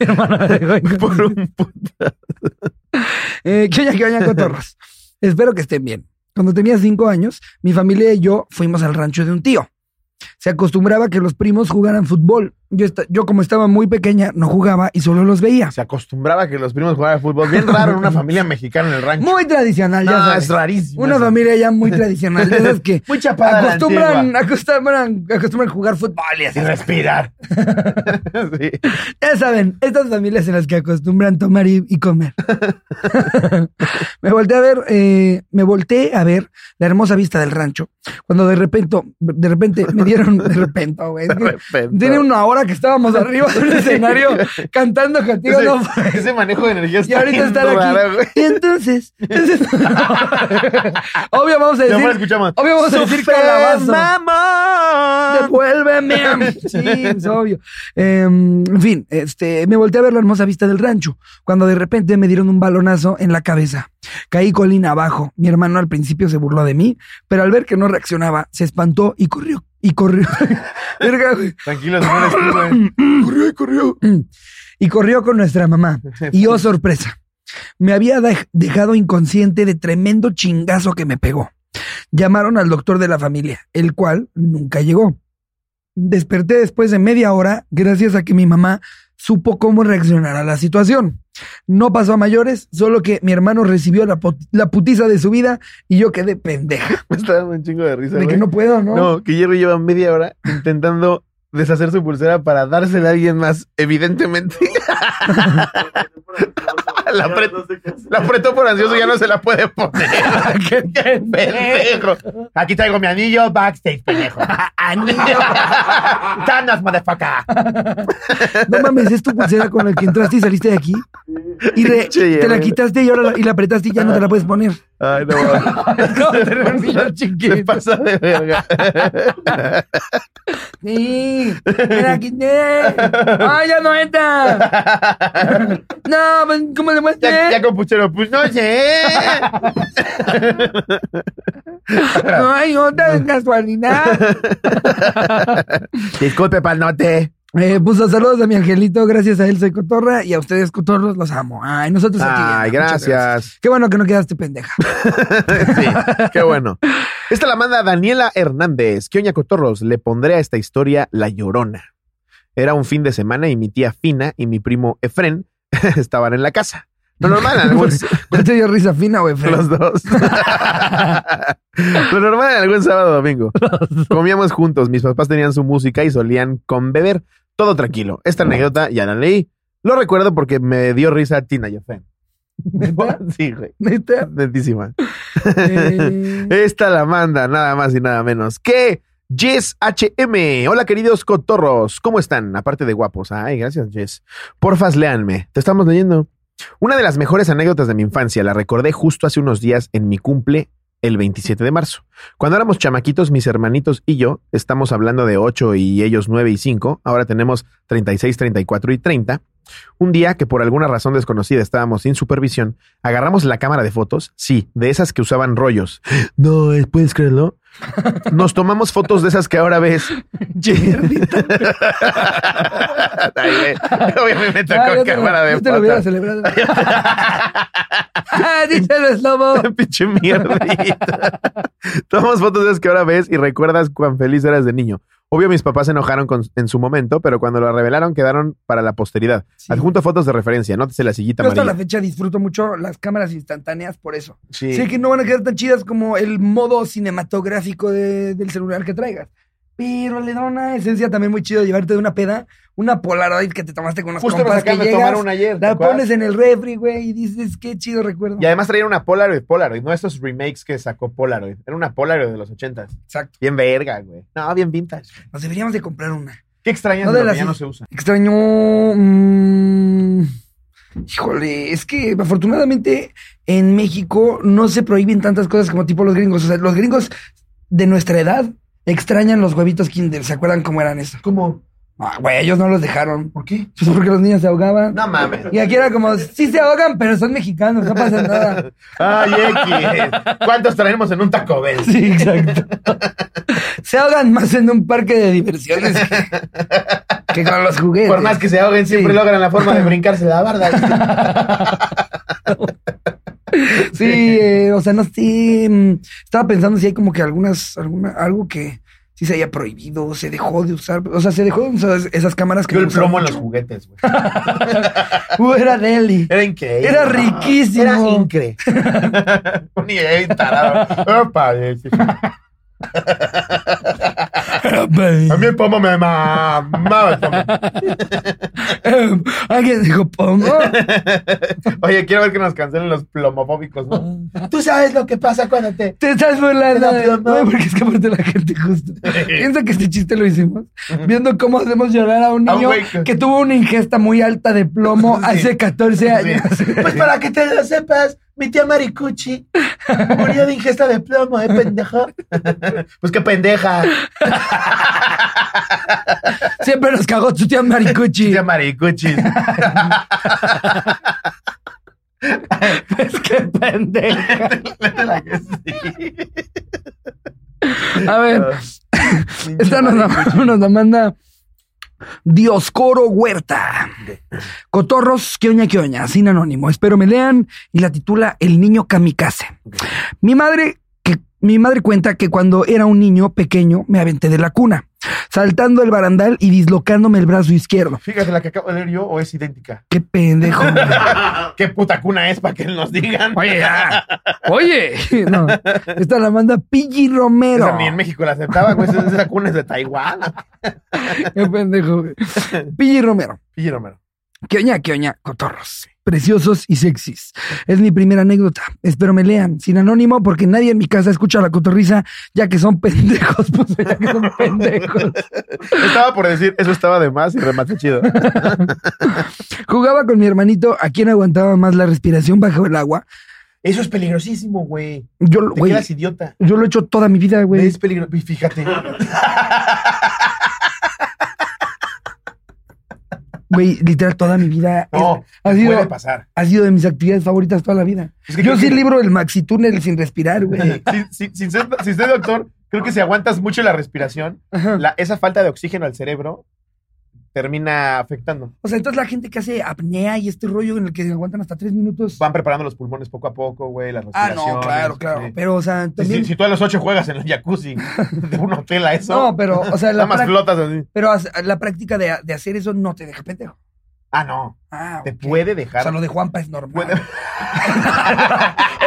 mi hermano me dejó Por inconsciente. un puto. Eh, que oña, que oña, cotorros. Espero que estén bien. Cuando tenía cinco años, mi familia y yo fuimos al rancho de un tío. Se acostumbraba que los primos jugaran fútbol. Yo, esta- yo como estaba muy pequeña, no jugaba y solo los veía. Se acostumbraba a que los primos jugaran fútbol. Bien raro en una familia mexicana en el rancho. Muy tradicional, ya No, sabes. es rarísimo. Una eso. familia ya muy tradicional. de esas que Muy chapada. a la acostumbran, antigua. acostumbran, acostumbran jugar fútbol y así. Sin respirar. Sí. Ya saben, estas familias en las que acostumbran tomar y, y comer. me volteé a ver, eh, me volteé a ver la hermosa vista del rancho. Cuando de repente, de repente me dieron, de repente, güey. es que De repente. Tiene una hora hora que estábamos arriba del escenario cantando contigo, Ese, no fue. ese manejo de energía está Y ahorita bien estar raro, aquí. güey. Y entonces. entonces- obvio, vamos a Ya afuera decir. escuchamos. Obvio, vamos a decir "Sufre, calabazo. mamá". Devuélveme. Sí, es obvio. Eh, en fin, este, me volteé a ver la hermosa vista del rancho, cuando de repente me dieron un balonazo en la cabeza. Caí colina abajo. Mi hermano al principio se burló de mí, pero al ver que no reaccionaba, se espantó y corrió. Y corrió. Verga, güey. Tranquilo, no eres tú, güey. corrió y corrió. Y corrió con nuestra mamá. Y oh, sorpresa. Me había dej- dejado inconsciente de tremendo chingazo que me pegó. Llamaron al doctor de la familia, el cual nunca llegó. Desperté después de media hora gracias a que mi mamá supo cómo reaccionar a la situación. No pasó a mayores, solo que mi hermano recibió la, pot- la putiza de su vida y yo quedé pendeja. Me está dando un chingo de risa, De que güey. no puedo, ¿no? No, que Jerry lleva media hora intentando deshacer su pulsera para dársela a alguien más, evidentemente. La apret- La apretó por ansioso, ya no se la puede poner. ¡Qué Pendejo. Aquí traigo mi anillo backstage, pendejo. Anillo. Thanos, motherfucker. No mames, es tu pulsera con la que entraste y saliste de aquí. Y re- Pinche te la Jerry. quitaste y ahora la, y la apretaste y ya no te la puedes poner. Ay, no, mames. No, era un niño Se chiquito. pasa de verga. Sí, me la quité. ¡Ay, ya no entra! No, pues, ¿cómo le muestro? Ya, ya con puchero, pues no sé. No hay otra casualidad. Disculpe, panote. Eh, puso saludos a mi angelito. Gracias a él soy cotorra y a ustedes, cotorros, los amo. Ay, nosotros a ti, Ay, Diana. Muchas gracias. Qué bueno que no quedaste pendeja. Sí, qué bueno. Esta la manda Daniela Hernández. ¿Qué oña cotorros? Le pondré a esta historia La Llorona. Era un fin de semana y mi tía Fina y mi primo Efren estaban en la casa. Lo normal, en algún, Ya te dio risa fina, güey. Fer. los dos. Lo normal en algún sábado o domingo. Comíamos juntos, mis papás tenían su música y solían con beber. Todo tranquilo. Esta anécdota ya la leí. Lo recuerdo porque me dio risa Tina y Efren. ¿Neta? Sí, güey. ¿Neta? Netísima. Eh, Esta la manda, nada más y nada menos que Jess HM. Hola, queridos cotorros. ¿Cómo están? Aparte de guapos. Ay, gracias, Jess. Porfas, léanme. Te estamos leyendo. Una de las mejores anécdotas de mi infancia la recordé justo hace unos días en mi cumple el 27 de marzo. Cuando éramos chamaquitos, mis hermanitos y yo, estamos hablando de 8 y ellos 9 y 5, ahora tenemos 36, 34 y 30. Un día que por alguna razón desconocida estábamos sin supervisión, Agarramos la cámara de fotos, sí, de esas que usaban rollos. No, eh, ¿puedes creerlo? Nos tomamos fotos de esas que ahora ves. Jerry, Ay, güey, Obviamente Ah, yo con te lo- cámara de yo te lo hubiera fotos. celebrado. Ah, Díselo, Slobo. Pinche mierdita. Tomamos fotos de esas que ahora ves y recuerdas cuán feliz eras de niño. Obvio, mis papás se enojaron con- en su momento, pero cuando lo revelaron quedaron para la posteridad. Sí. Adjunto fotos de referencia, nótese la sillita Yo hasta la amarilla. fecha disfruto mucho las cámaras instantáneas por eso. Sí. Sé que no van a quedar tan chidas como el modo cinematográfico de- del celular que traigas. Pero le da una esencia también muy chida de llevarte de una peda, una Polaroid que te tomaste con unos Justo me compas que acaban de tomar llegas, una ayer. ¿te la acuerdas? pones en el refri, güey, y dices, qué chido recuerdo. Y además traía una Polaroid, Polaroid, no estos remakes que sacó Polaroid. Era una Polaroid de los ochentas. Exacto. Bien verga, güey. No, bien vintage. Nos deberíamos de comprar una. Qué extrañas No, de de lo las que ya is- no se usa. Extraño. mm, híjole, es que afortunadamente en México no se prohíben tantas cosas como tipo los gringos. O sea, los gringos de nuestra edad extrañan los huevitos Kinder. ¿Se acuerdan cómo eran eso? ¿Cómo? Ah, güey, ellos no los dejaron. ¿Por qué? Pues porque los niños se ahogaban. No mames. Y aquí era como, sí se ahogan, pero son mexicanos, no pasa nada. Ay, X. ¿Cuántos traemos en un Taco Bell? Sí, exacto. Se ahogan más en un parque de diversiones que, que con los juguetes. Por más que se ahoguen, siempre Sí. logran la forma de brincarse la barda. Sí, eh, o sea, no sí, mm, Estaba pensando si hay como que algunas, alguna, algo que sí se haya prohibido, se dejó de usar. O sea, se dejó de usar esas cámaras que. Yo el no usaba plomo en los mucho. juguetes, güey. Uh, era deli. Era increíble. Era riquísimo. Era increíble. Un niño ahí tarado. Opa, sí. A mí el pomo me mamaba el pomo. Eh, Alguien dijo, pongo. Oye, quiero ver que nos cancelen los plomofóbicos, ¿no? Tú sabes lo que pasa cuando te. Te estás burlando. No, pero no. Güey, porque es que aparte la gente justo. Piensa que este chiste lo hicimos viendo cómo hacemos llorar a un A un niño güey que- que tuvo una ingesta muy alta de plomo Sí. hace 14 años. Pues para que te lo sepas, mi tía Maricuchi murió de ingesta de plomo, ¿eh, pendejo? pues qué pendeja. Siempre nos cagó tu tía Maricuchi. Tía Maricuchi. Pues qué pendeja. La que sí. A ver, esta nos la, nos la manda Dioscoro Huerta. Cotorros, que oña, que oña, sin anónimo. Espero me lean y la titula El niño kamikaze. Mi madre, que, mi madre cuenta que cuando era un niño pequeño me aventé de la cuna, saltando el barandal y dislocándome el brazo izquierdo. Fíjate, la que acabo de leer yo o es idéntica. Qué pendejo. güey. ¿Qué puta cuna es para que nos digan? Oye, ya. Oye. No, esta la manda Piggy Romero. Esa ni en México la aceptaba, güey. Esa, esa cuna es de Taiwán. Qué pendejo. güey. Piggy Romero. Pille Romero. Que oña, que oña, cotorros. Preciosos y sexys. Es mi primera anécdota. Espero me lean. Sin anónimo, porque nadie en mi casa escucha la cotorriza, ya que son pendejos. Puso, ya que son pendejos. Estaba por decir, eso estaba de más y remate chido. Jugaba con mi hermanito a quien aguantaba más la respiración bajo el agua. Eso es peligrosísimo, güey. Yo, lo- Te güey, quedas idiota. yo lo he hecho toda mi vida, güey. Es peligroso. Fíjate. Güey, literal, toda mi vida. No, ha, puede sido, pasar. ha sido de mis actividades favoritas toda la vida. Es que yo creo sí que- libro el maxi túnel sin respirar, güey. Sin, sin- sin ser, sin ser doctor, creo que si aguantas mucho la respiración, Ajá. la- esa falta de oxígeno al cerebro termina afectando. O sea, entonces la gente que hace apnea y este rollo en el que aguantan hasta tres minutos. Van preparando los pulmones poco a poco, güey, las Ah, respiraciones. no, claro, claro. sí. Pero, o sea, Si- también. Si, si tú a los ocho juegas en el jacuzzi de un hotel a eso, No, pero, o sea, nada la, más práct- flotas así. pero as- la práctica de, de hacer eso no te deja pendejo. Ah, no, Ah, te ok. puede O dejar sea, lo de Juanpa es normal. Puede-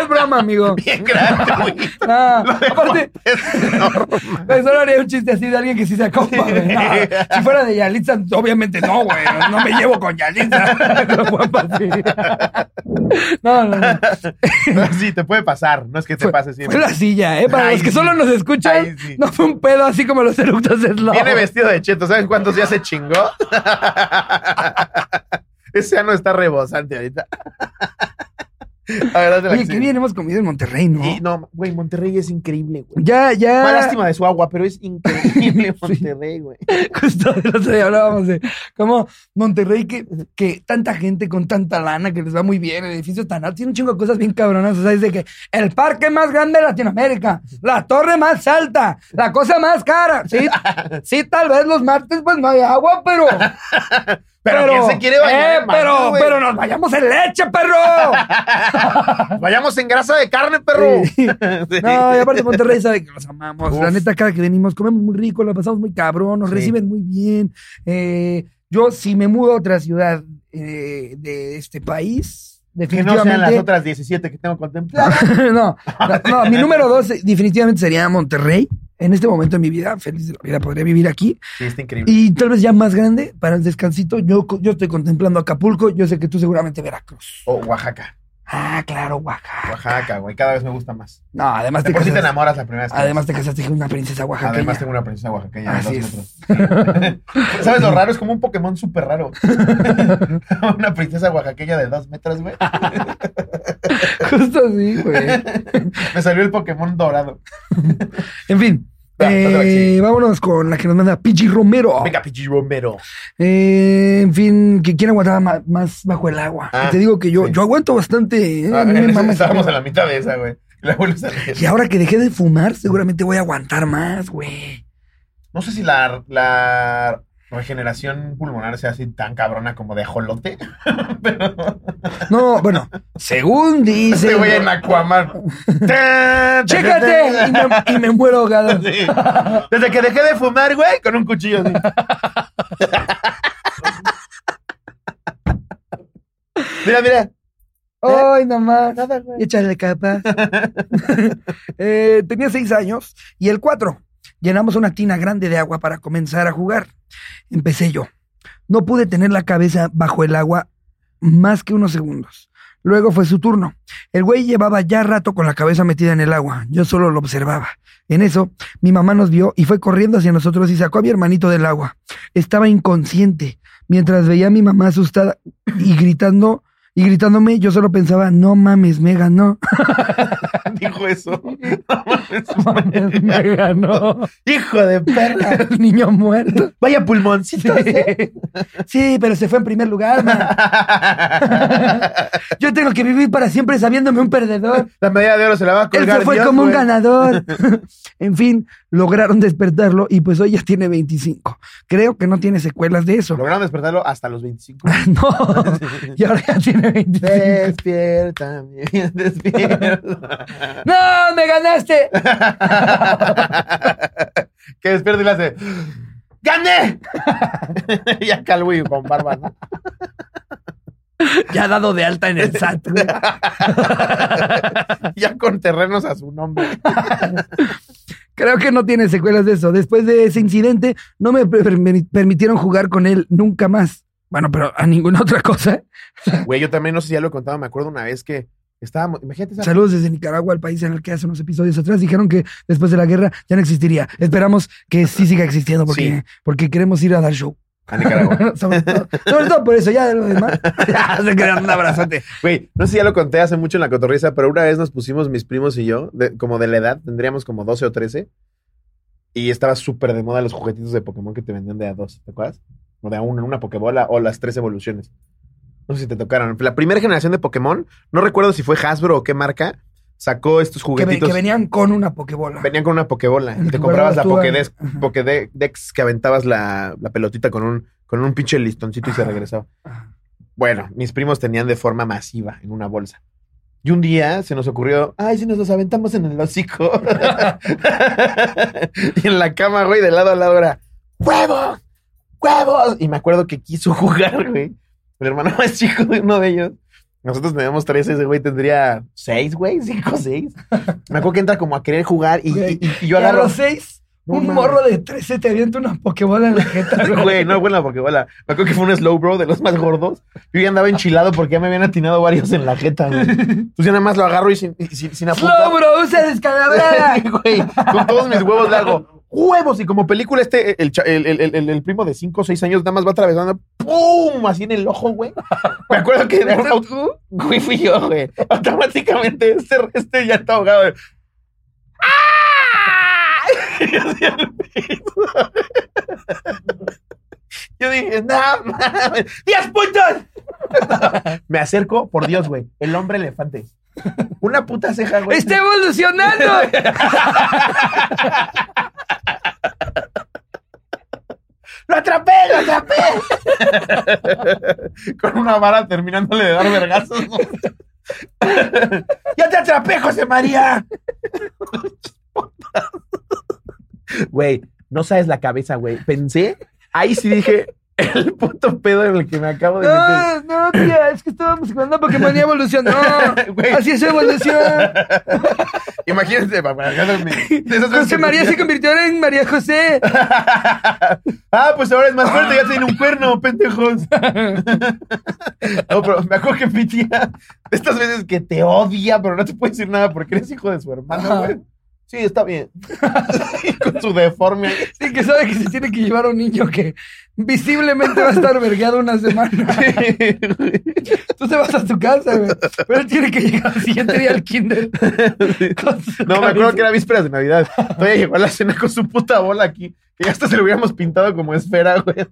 es broma, amigo. bien grande, güey. Ah, Lo de aparte, Es normal. Pues solo haría un chiste así de alguien que sí se acompa, güey. No, si fuera de Yalitza, obviamente no, güey. No me llevo con Yalitza. Con Juanpa, sí. No, no, no. No, sí, te puede pasar. No es que te Fue, pase fue siempre. la silla, ¿eh? Para Ay, los que sí. solo nos escuchan, Ay, sí. no fue un pedo así como los eructos de Slow. Viene vestido de cheto. ¿Saben cuántos ya se chingó? Ese ano está rebosante ahorita. A ver, date la Oye, qué que sigue. bien hemos comido en Monterrey, ¿no? Ah. Sí, no, güey, Monterrey es increíble, güey. Ya, ya. Más lástima de su agua, pero es increíble Monterrey, güey. Justo el otro día hablábamos de cómo Monterrey, que, que tanta gente con tanta lana, que les va muy bien, el edificio tan alto, tiene un chingo de cosas bien cabronas. O sea, es de que el parque más grande de Latinoamérica, la torre más alta, la cosa más cara. Sí, sí tal vez los martes pues no hay agua, pero... Pero, ¿quién se quiere bañar? eh, en Marte, pero, güey? pero nos vayamos en leche, perro. Vayamos en grasa de carne, perro. Ah. Sí. Sí. No, y aparte Monterrey sabe que los amamos. La Uf. neta, cada que venimos, comemos muy rico, la pasamos muy cabrón, nos Sí. reciben muy bien. Eh, yo, si me mudo a otra ciudad eh, de este país, Que no sean las definitivamente. Ah. otras 17 que tengo contempladas. no, no, no, mi número dos eh, definitivamente sería Monterrey. En este momento de mi vida, feliz de la vida, podría vivir aquí. Sí, está increíble. Y tal vez ya más grande, para el descansito, yo, co- yo estoy contemplando Acapulco, yo sé que tú seguramente Veracruz. O Oaxaca. Ah, claro, Oaxaca. Oaxaca, güey. Cada vez me gusta más. No, además De te por sí te casaste, enamoras la primera vez. que Este además te casaste con una princesa oaxaqueña. Además tengo una princesa oaxaqueña de Así dos es. metros. ¿Sabes lo raro? Es como un Pokémon súper raro. una princesa oaxaqueña de dos metros, güey. Justo así, güey. Me salió el Pokémon dorado. En fin. Va, eh, otra vez, vámonos con la que nos manda Pichi Romero. Oh. Venga, Pichi Romero. Eh, en fin, que quién aguantaba ma- más, bajo el agua. Ah, Y te digo que yo, sí. yo aguanto bastante. ¿eh? A Ah, mí me en eso mama ese estábamos pedo. en la mitad de esa, güey. El abuelo se ríe. Y ahora que dejé de fumar, seguramente voy a aguantar más, güey. No sé si la, la regeneración pulmonar sea así tan cabrona como de ajolote. No, bueno, según dice. Este güey en Aquaman. ¡Tan! Chécate y me, y me muero ahogado. Sí. Desde que dejé de fumar, güey, con un cuchillo así. mira, mira. Ay, nomás. Nada, Y güey. Échale capa. Eh, tenía seis años y el cuatro. Llenamos una tina grande de agua para comenzar a jugar. Empecé yo. No pude tener la cabeza bajo el agua más que unos segundos. Luego fue su turno. El güey llevaba ya rato con la cabeza metida en el agua. Yo solo lo observaba. En eso, mi mamá nos vio y fue corriendo hacia nosotros y sacó a mi hermanito del agua. Estaba inconsciente. Mientras veía a mi mamá asustada y gritando y gritándome, yo solo pensaba, no mames, me ganó. Dijo eso. Mames, me ganó. Hijo de perra. El niño muerto. Vaya pulmoncito. ¿eh? Sí, pero se fue en primer lugar, man. Yo tengo que vivir para siempre sabiéndome un perdedor. La medalla de oro se la va a Él colgar. se fue Dios, como un güey. ganador. en fin, lograron despertarlo y pues hoy ya tiene 25. Creo que no tiene secuelas de eso. Lograron despertarlo hasta los 25. no. y ahora ya tiene 25. Despierta, mi bien, despierta. ¡No! ¡Me ganaste! que despierta y le hace. ¡Gané! y acá el güey con barba, ¿no? Ya dado de alta en el SAT. güey. Ya con terrenos a su nombre. Creo que no tiene secuelas de eso. Después de ese incidente, no me per- permi- permitieron jugar con él nunca más. Bueno, pero a ninguna otra cosa. ¿eh? Güey, yo también no sé si ya lo he contado. Me acuerdo una vez que estábamos. Imagínate esa Saludos desde Nicaragua, el país en el que hace unos episodios atrás dijeron que después de la guerra ya no existiría. Esperamos que sí siga existiendo porque, Sí. porque queremos ir a dar show. A Ah, Nicaragua. sobre, todo, sobre todo por eso, ya de lo demás. Se crean un abrazote. Güey, no sé si ya lo conté hace mucho en la cotorriza, pero una vez nos pusimos mis primos y yo, de- como de la edad, tendríamos como 12 o 13, y estaba súper de moda los juguetitos de Pokémon que te vendían de a dos, ¿te acuerdas? O de a uno en una Pokébola o las tres evoluciones. No sé si te tocaron. La primera generación de Pokémon, no recuerdo si fue Hasbro o qué marca, sacó estos Que, ve- juguetitos. que venían con una pokebola. Venían con una Pokébola El y te que comprabas la guardabas Pokédex, tú, ajá. Pokédex que aventabas la, la pelotita con un, con un pinche listoncito y se Ajá. regresaba. Bueno, mis primos tenían de forma masiva en una bolsa. Y un día se nos ocurrió, ay, si nos los aventamos en el hocico. y en la cama, güey, de lado a lado era, ¡huevos! ¡huevos! Y me acuerdo que quiso jugar, güey. Mi hermano más chico de uno de ellos. Nosotros teníamos tres, ese güey tendría seis, güey, cinco, seis. Me acuerdo que entra como a querer jugar y, Güey, y- y Yo yo agarro. los seis, No un mames. morro de 13 te avienta una pokebola en la jeta. Güey, no, buena porque bola. Me acuerdo que fue un slow bro de los más gordos. Yo ya andaba enchilado porque ya me habían atinado varios en la jeta, güey. Entonces yo nada más lo agarro y sin, y sin, sin apuntar. Slow, bro, usa descalabrada. Güey, con todos mis huevos le hago huevos. Y como película, este, el, cha- el, el, el- el- el primo de 5 o 6 años nada más va atravesando, ¡pum! Así en el ojo, güey. Me acuerdo que. era un ¿Fuiste auto- tú? Güey, fui yo, güey. Automáticamente este, este ya está ahogado. güey. ¡Ah! Y hacía el grito. Yo dije, no, mames, ¡10 puntos! Me acerco, por Dios, güey, el hombre elefante. Una puta ceja, güey. ¡Está evolucionando! ¡Lo atrapé, lo atrapé! Con una vara terminándole de dar vergazos. ¿no? ¡Ya te atrapé, José María! Güey, no sabes la cabeza, güey. Pensé, ahí sí dije, el puto pedo en el que me acabo de meter. No, no, tía, es que estábamos jugando a Pokémon y evolucionó. Güey. Así es su evolución. Imagínense, papá. ya dormí. De esas veces José que- María se convirtió en María José. ah, pues ahora es más fuerte, ya tiene un cuerno, pendejos. No, pero me acuerdo que mi tía, de estas veces que te odia, pero no te puede decir nada porque eres hijo de su hermano, güey. Sí, está bien. Y con su deforme. ahí. Sí, que sabe que se tiene que llevar a un niño que visiblemente va a estar vergueado una semana. Tú te vas a tu casa, güey. Pero él tiene que llegar al siguiente día al kinder. con su No, me camisa. acuerdo que era vísperas de Navidad. Todavía llegó a la cena con su puta bola aquí. Que ya hasta se lo hubiéramos pintado como esfera, güey.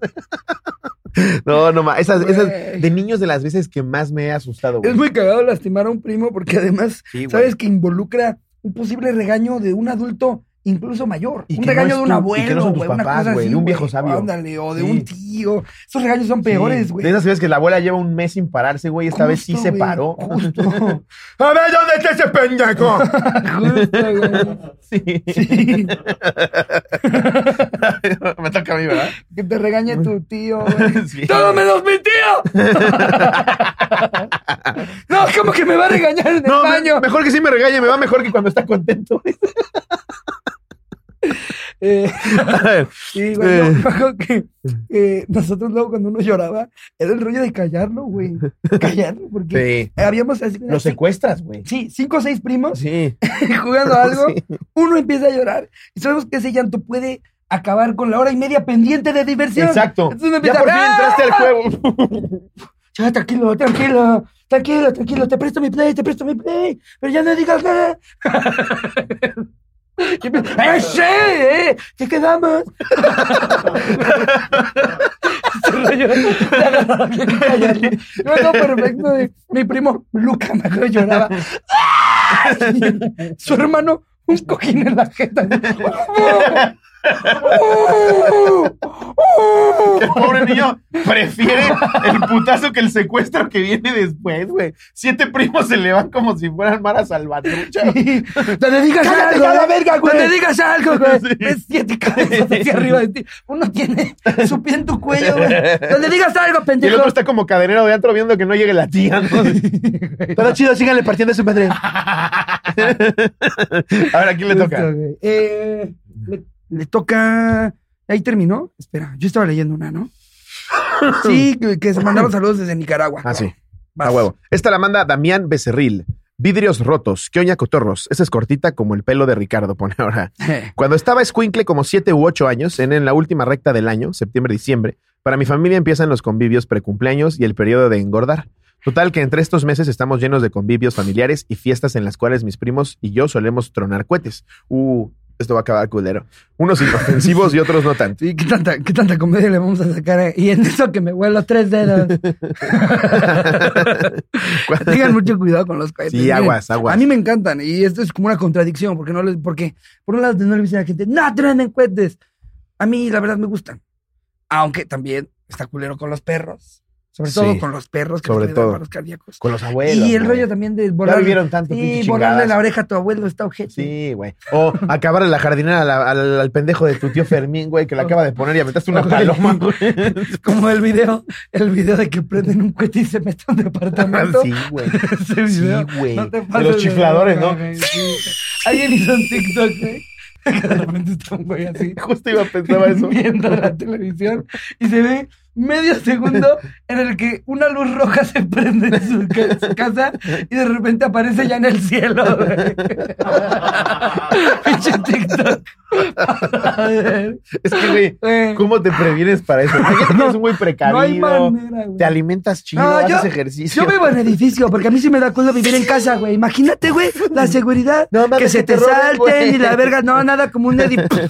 No, no, ma. Esas, esas Güey. de niños de las veces que más me he asustado, güey. Es muy cagado lastimar a un primo porque además, Sí, güey. sabes que involucra un posible regaño de un adulto incluso mayor. Y un que regaño no es de un tu- abuelo, y que no son tus güey, una papás, cosa güey, así, de un viejo sabio. Ándale, o de Sí. un tío. Esos regaños son peores, Sí, güey. De esas veces que la abuela lleva un mes sin pararse, güey. Esta vez sí Justo, se güey, paró. Justo. A ver, ¿dónde está ese pendejo? Justo, güey. sí. Sí. Me toca a mí, ¿verdad? Que te regañe tu tío, güey. Sí. ¡Todo menos mi tío! no, como que me va a regañar en el No, me- baño. mejor que sí me regañe, me va mejor que cuando está contento. Eh, ver, y, güey, yo Eh. me acuerdo que eh, nosotros luego cuando uno lloraba, era el rollo de callarlo, güey. Callarlo, porque Sí. habíamos así, Lo secuestras, güey. sí, cinco o seis primos Sí. jugando a algo. Sí. Uno empieza a llorar y sabemos que ese llanto puede acabar con la hora y media pendiente de diversión. Exacto. Entonces uno empieza, Ya por fin ¡Ah! entraste al juego. Ya, tranquilo, tranquilo, tranquilo, tranquilo, te presto mi play, te presto mi play, pero ya no digas nada. Y empieza, ¡Eh, sí! eh! ¿Qué quedamos? Ese rollo de agarrar bien callado. Yo me acuerdo perfecto de mi primo Luca, me acuerdo, lloraba. ¡Ah! Y Su hermano, un cojín en la jeta. ¡Uh! ¡Uh! El pobre niño prefiere el putazo que el secuestro que viene después, güey. Siete primos se le van como si fueran maras salvatrucha. Sí. Donde digas Cállate algo. ya la ¿eh? verga, güey. Donde digas algo, güey. Sí. Ves siete cabezas hacia arriba de ti. Uno tiene su pie en tu cuello, güey. Donde digas algo, Y el pendejo. otro está como cadenero de antro viendo que no llegue la tía. ¿no? Todo chido, síganle partiendo a su madre. A ver, ¿a quién le Justo, toca? güey. Eh, le, le toca. Ahí terminó. Espera, yo estaba leyendo una, ¿no? Sí, que, que se mandaron saludos desde Nicaragua. Ah, sí. Vas. A huevo. Esta la manda Damián Becerril. Vidrios rotos. ¿Qué oña cotorros? Esa es cortita como el pelo de Ricardo, pone ahora. Cuando estaba escuincle como siete u ocho años, en, en la última recta del año, septiembre-diciembre, para mi familia empiezan los convivios precumpleaños y el periodo de engordar. Total que entre estos meses estamos llenos de convivios familiares y fiestas en las cuales mis primos y yo solemos tronar cohetes. Uh, esto va a acabar culero. Unos inofensivos y otros no tanto. Sí, ¿qué tanta, ¿Qué tanta comedia le vamos a sacar? eh? Y en eso que me vuelo tres dedos. Tengan mucho cuidado con los cohetes. Sí, Miren, aguas, aguas. A mí me encantan y esto es como una contradicción porque no les, porque por un lado no le dicen a la gente, no truenen cohetes. A mí la verdad me gustan. Aunque también está culero con los perros. Sobre Sí, todo con los perros que les sobre pueden dar todo. malos cardíacos. Con los abuelos. Y el güey. rollo también de Ya volar. vivieron tanto pinche Sí, volarle chingadas. la oreja a tu abuelo está objeto. Sí, güey. O acabarle la jardinera a la- al, al pendejo de tu tío Fermín, güey, que la acaba de poner y aventaste una Ok. paloma, güey. Como el video, el video de que prenden un cohete y se meten a un departamento. Sí, güey. Ese Sí, video, güey. no te De pases los de chifladores, verga, ¿no? güey, sí. Alguien hizo un TikTok, güey. que De repente está un güey así. Justo iba a pensar eso. Viendo la televisión y se ve medio segundo en el que una luz roja se prende en su, ca- su casa y de repente aparece ya en el cielo. güey. Pinche TikTok. A ver, Es que, güey, güey. ¿cómo te previenes para eso? No, eres No muy hay precavido. manera, güey. te alimentas chido, No, haces yo- ejercicio. Yo vivo en edificio, porque a mí sí me da cosa vivir en casa, güey. Imagínate, güey, la seguridad. No mames, que se que te, te roben, salten güey. y la verga. No, nada como un edificio.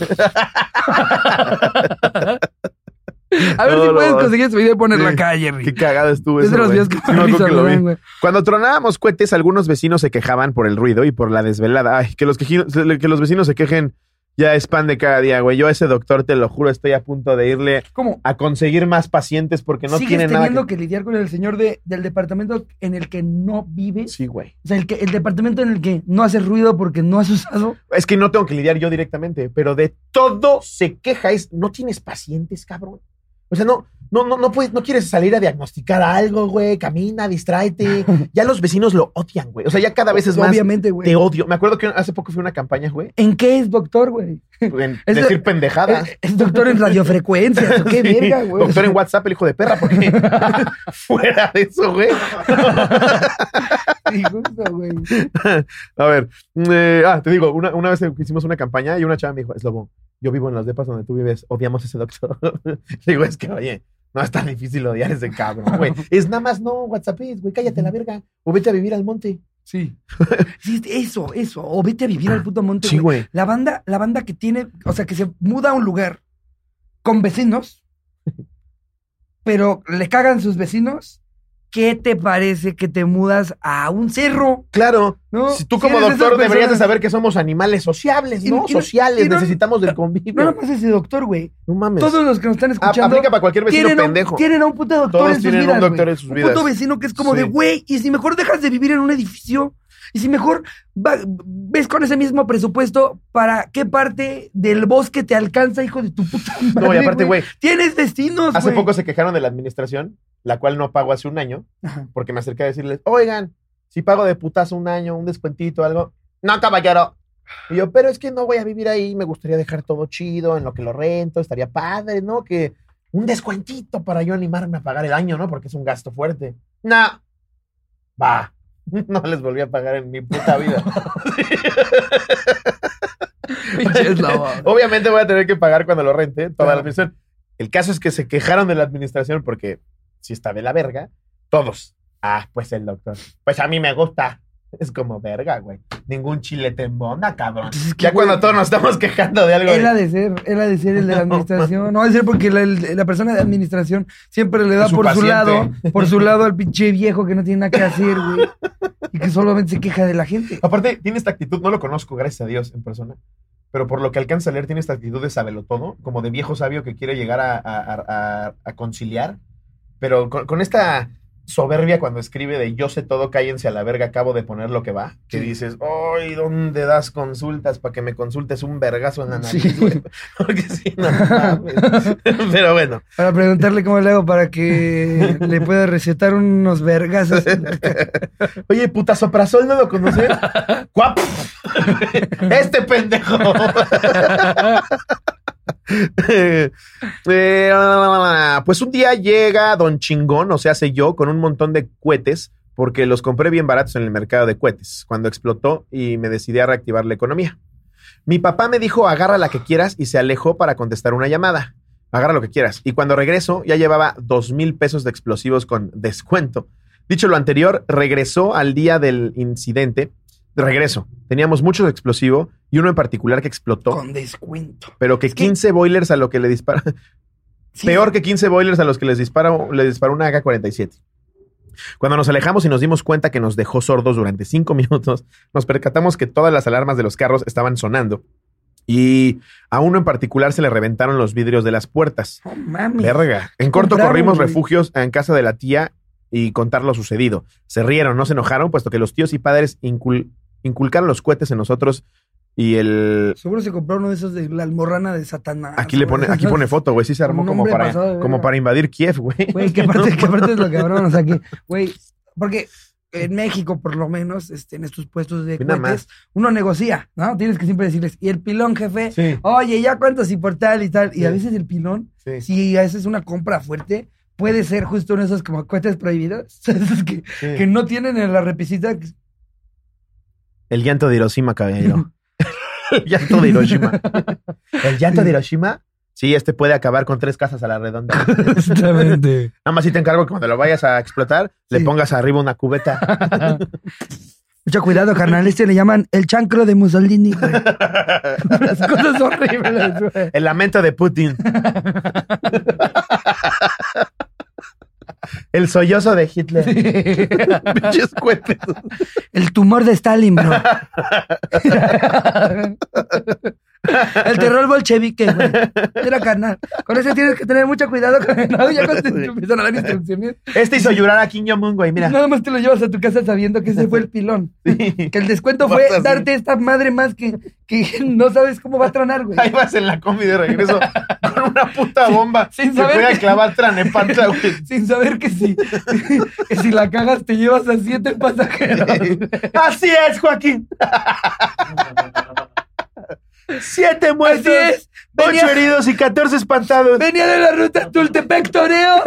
a ver No, si no, puedes no. conseguir ese video y ponerlo Sí. acá, Jerry. Qué cagado estuvo Es eso, de los güey. videos que Sí, más me acuerdo risa que lo me vi. dan, güey. Cuando tronábamos cohetes, algunos vecinos se quejaban por el ruido y por la desvelada. Ay, que los, queji- que los vecinos se quejen ya es pan de cada día, güey. Yo a ese doctor, te lo juro, estoy a punto de irle ¿Cómo? a conseguir más pacientes porque no Sigues tiene nada teniendo que... que... lidiar con el señor de, del departamento en el que no vives. Sí, güey. O sea, el, que, el departamento en el que no haces ruido porque no has usado. Es que no tengo que lidiar yo directamente, pero de todo se queja es, no tienes pacientes, cabrón. O sea, no, no, no, no puedes, no quieres salir a diagnosticar algo, güey. Camina, distráete. Ya los vecinos lo odian, güey. O sea, ya cada vez es más. Obviamente, güey. Te odio. Me acuerdo que hace poco fue una campaña, güey, ¿En qué es doctor, güey? en Es- decir pendejadas. Es, es Eh, doctor en radiofrecuencias. ¿Qué Sí, verga, güey? Doctor en WhatsApp, el hijo de perra, porque fuera de eso, güey. Sí, justo, güey. A ver, eh, ah, te digo, una, una vez que hicimos una campaña y una chava me dijo, Slobo, yo vivo en los depas donde tú vives, odiamos ese doctor. Le digo, es que, oye, no es tan difícil odiar a ese cabrón, güey. Es nada más no WhatsApp, güey, cállate la verga. O vete a vivir al monte. Sí. Sí, Eso, eso. O vete a vivir al puto monte. güey. güey. La banda, la banda que tiene, o sea, que se muda a un lugar con vecinos, pero le cagan sus vecinos. ¿Qué te parece que te mudas a un cerro? Claro, ¿No? si tú Si como eres de esas doctor deberías de personas- saber que somos animales sociables, Y- ¿no? y no- sociales, y no- necesitamos del No, convivio. nada más ese doctor, güey. No mames. Todos los que nos están A- escuchando. aplica para cualquier vecino tienen, a un- pendejo. tienen a un puto doctor Todos en sus tienen vidas. un doctor güey. en sus Un vidas. puto vecino que es como Sí. de, güey, y si mejor dejas de vivir en un edificio, y si mejor va- ves con ese mismo presupuesto, ¿para qué parte del bosque te alcanza, hijo de tu puta madre? No, y aparte, güey, Tienes destinos, hace güey. poco se quejaron de la administración, la cual no pago hace un año. Ajá. porque me acerqué a decirles, oigan, si pago de putazo un año, un descuentito, algo. No, caballero, Y yo, pero es que no voy a vivir ahí, me gustaría dejar todo chido, en lo que lo rento, estaría padre, ¿no? Que un descuentito para yo animarme a pagar el año, ¿no? Porque es un gasto fuerte. No. Va. No les volví a pagar en mi puta vida. Pinche eslavo. Obviamente voy a tener que pagar cuando lo rente toda la administración. El caso es que se quejaron de la administración porque si está de la verga, todos. Ah, pues el doctor. Pues a mí me gusta. Es como verga, güey. Ningún chile te embona, cabrón. Pues es que, ya güey, cuando todos nos estamos quejando de algo. Él ha de- de ser, él ha de ser el de la No, administración. No, ha de ser porque la, el- la persona de administración siempre le da Es su por su paciente. lado, por su lado al pinche viejo que no tiene nada que hacer, güey. Y que solamente se queja de la gente. Aparte, tiene esta actitud, no lo conozco, gracias a Dios, en persona. Pero por lo que alcanza a leer, tiene esta actitud de sabelo todo, como de viejo sabio que quiere llegar a, a- a- a conciliar. Pero con, con esta soberbia cuando escribe de yo sé todo, cállense a la verga, acabo de poner lo que va, que Sí. dices, ¡ay, dónde das consultas para que me consultes un vergazo en la nariz! Sí. güey?" Porque sí, no mames. Pero bueno, Para preguntarle cómo le hago para que le pueda recetar unos vergazos. oye, puta soprazol, ¿no lo conoces? ¡Cuap! ¡Este pendejo! Eh, eh, pues un día llega Don Chingón, o sea, sé yo, con un montón de cohetes, porque los compré bien baratos en el mercado de cohetes, cuando explotó y me decidí a reactivar la economía. Mi papá me dijo, agarra la que quieras, y se alejó para contestar una llamada. Agarra lo que quieras. Y cuando regreso, ya llevaba dos mil pesos de explosivos con descuento. Dicho lo anterior, regresó al día del incidente. De regreso, teníamos muchos explosivos y uno en particular que explotó Con descuento. pero que Es que- 15 boilers a lo que le dispara. Sí, Peor que 15 boilers a los que les dispara, les disparó una AK-47. Cuando nos alejamos y nos dimos cuenta que nos dejó sordos durante cinco minutos, nos percatamos que todas las alarmas de los carros estaban sonando y a uno en particular se le reventaron los vidrios de las puertas. No mames. Verga. En corto Compraron, corrimos güey. refugios en casa de la tía y contar lo sucedido. Se rieron, no se enojaron, puesto que los tíos y padres incul- inculcaron los cohetes en nosotros y el, Seguro se compró uno de esos de la almorrana de Satanás. Aquí le pone, güey. aquí pone foto, güey. Sí se armó Un como hombre para, pasado de verga. como para invadir Kiev, güey. Güey, que aparte, que aparte es lo cabrón, o sea que, güey, porque en México, por lo menos, este, en estos puestos de Ve nada cohetes, uno negocia, ¿no? Tienes que siempre decirles, y el pilón, jefe, Sí, oye, ya cuántos y por tal y tal. Y a Sí. veces el pilón, sí, si a veces es una compra fuerte, puede ser justo uno de esos como cohetes prohibidos, esos que, sí. que no tienen en la repisita. que- El llanto de Hiroshima, caballero. El llanto de Hiroshima. El llanto de Hiroshima. Sí, este puede acabar con tres casas a la redonda. Nada Exactamente. más si te encargo que cuando lo vayas a explotar, le Sí. pongas arriba una cubeta. Mucho cuidado, carnal. Este le llaman el chancro de Mussolini. güey. Las cosas horribles, güey. El lamento de Putin. El sollozo de Hitler. Pinches cohetes. El tumor de Stalin, bro. el terror bolchevique, güey. Mira, carnal. Con eso tienes que tener mucho cuidado. Con no, ya cuando te empiezan a dar instrucciones, Este hizo llorar a Kim Jong-un, güey. Mira. nada más te lo llevas a tu casa sabiendo que ese fue el pilón. Sí. Que el descuento Vas fue así. darte esta madre más que, que no sabes cómo va a tronar, güey. Ahí vas en la combi de regreso con una puta bomba. sin Te saber voy a que- clavar tranepantla, güey. Sin saber que si, que si la cagas te llevas a siete pasajeros. Así es, Joaquín. Siete Así muertos, es. ocho Venía, heridos y catorce espantados. venía de la ruta Tultepec Toreo.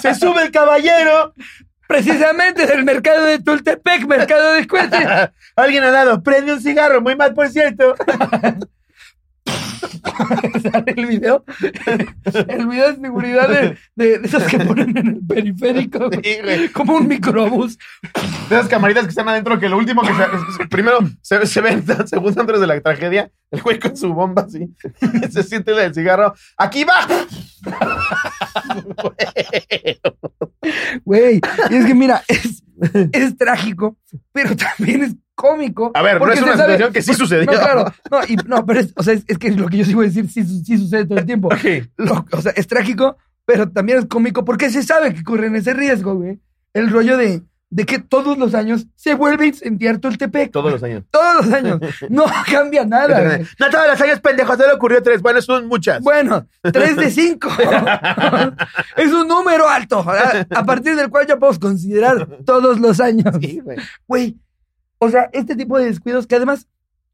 Se sube el caballero. Precisamente del mercado de Tultepec, mercado de cohetes. Alguien al lado prende un cigarro, muy mal por cierto. sale el video. El video de seguridad de, de- de esos que ponen en el periférico. güey. Sí, güey. Como un microbús. De esas camaritas que están adentro, que lo último que se, primero se, se ven, segundo antes de la tragedia, el güey con su bomba así, se siente la del cigarro. ¡Aquí va! Güey, y es que mira, es, es trágico, pero también es cómico. A ver, no porque es se una sabe- situación que sí sucedió. No, claro. No, y, no pero es, o sea, es, es que lo que yo sí voy a decir sí, su- sí sucede todo el tiempo. Ok. Lo- o sea, es trágico, pero también es cómico porque se sabe que corren ese riesgo, güey. El rollo de, de que todos los años se vuelve a incendiar Tultepec. Todos los años. Todos los años. No cambia nada, güey. No todos los años, pendejo, solo ocurrió tres. Bueno, son muchas. Bueno, 3 de 5. es un número alto, a, a partir del cual ya podemos considerar todos los años. Sí, güey. Güey, O sea, este tipo de descuidos que además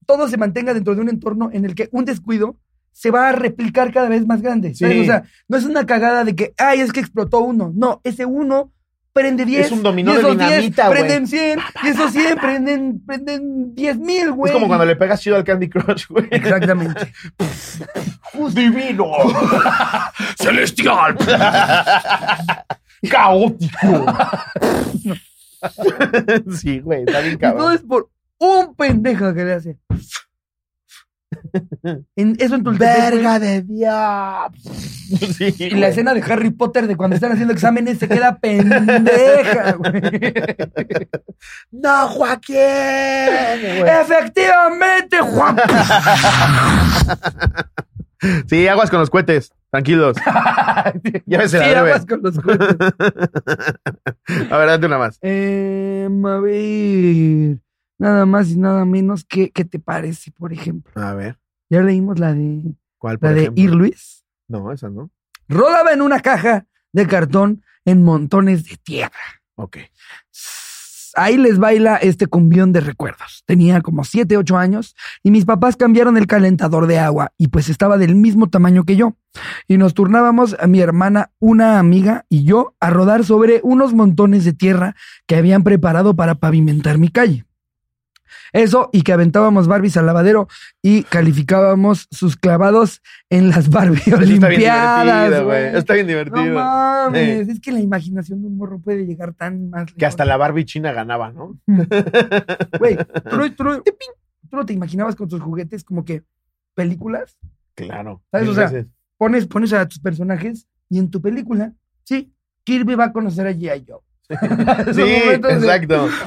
todo se mantenga dentro de un entorno en el que un descuido se va a replicar cada vez más grande. ¿sabes? Sí. O sea, no es una cagada de que, ay, es que explotó uno. No, ese uno prende 10. Es un dominó y de esos 10 dinamita, güey. Prenden 100. Y esos 100 prenden, prenden 10 mil, güey. Es como cuando le pegas chido al Candy Crush, güey. Exactamente. Divino. Celestial. Caótico. sí, güey, está bien Y todo cabrón. es por un pendejo que le hace. En- eso en Tultepec. güey. de Dios. Sí, Y la güey. escena de Harry Potter de cuando están haciendo exámenes se queda pendeja, güey. No, Joaquín. güey. Efectivamente, Juan. Sí, aguas con los cohetes. Tranquilos. Llévese la Sí, breve. aguas con los cohetes. A ver, date una más. Em, a ver, nada más y nada menos. ¿Qué, qué te parece, por ejemplo? A ver, Ya leímos la de, ¿cuál por la de ejemplo? Ir Luis. No, esa no. Rodaba en una caja de cartón en montones de tierra. Ok. Ahí les baila este cumbión de recuerdos. Tenía como 7, 8 años y mis papás cambiaron el calentador de agua y pues estaba del mismo tamaño que yo. Y nos turnábamos a mi hermana, una amiga y yo a rodar sobre unos montones de tierra que habían preparado para pavimentar mi calle. Eso y que aventábamos Barbies al lavadero y calificábamos sus clavados en las Barbie Eso está bien Olimpiadas. divertido, güey. güey. Está bien No divertido. mames, es que la imaginación de un morro puede llegar tan más que lejos. hasta la Barbie china ganaba, ¿no? Güey, tú no, tú no- tú no te imaginabas con tus juguetes como que películas. Claro. ¿Sabes? Mil O sea, veces. Pones, pones a tus personajes y en tu película, sí, Kirby va a conocer a G.I. Joe. Esos sí, momentos de- exacto.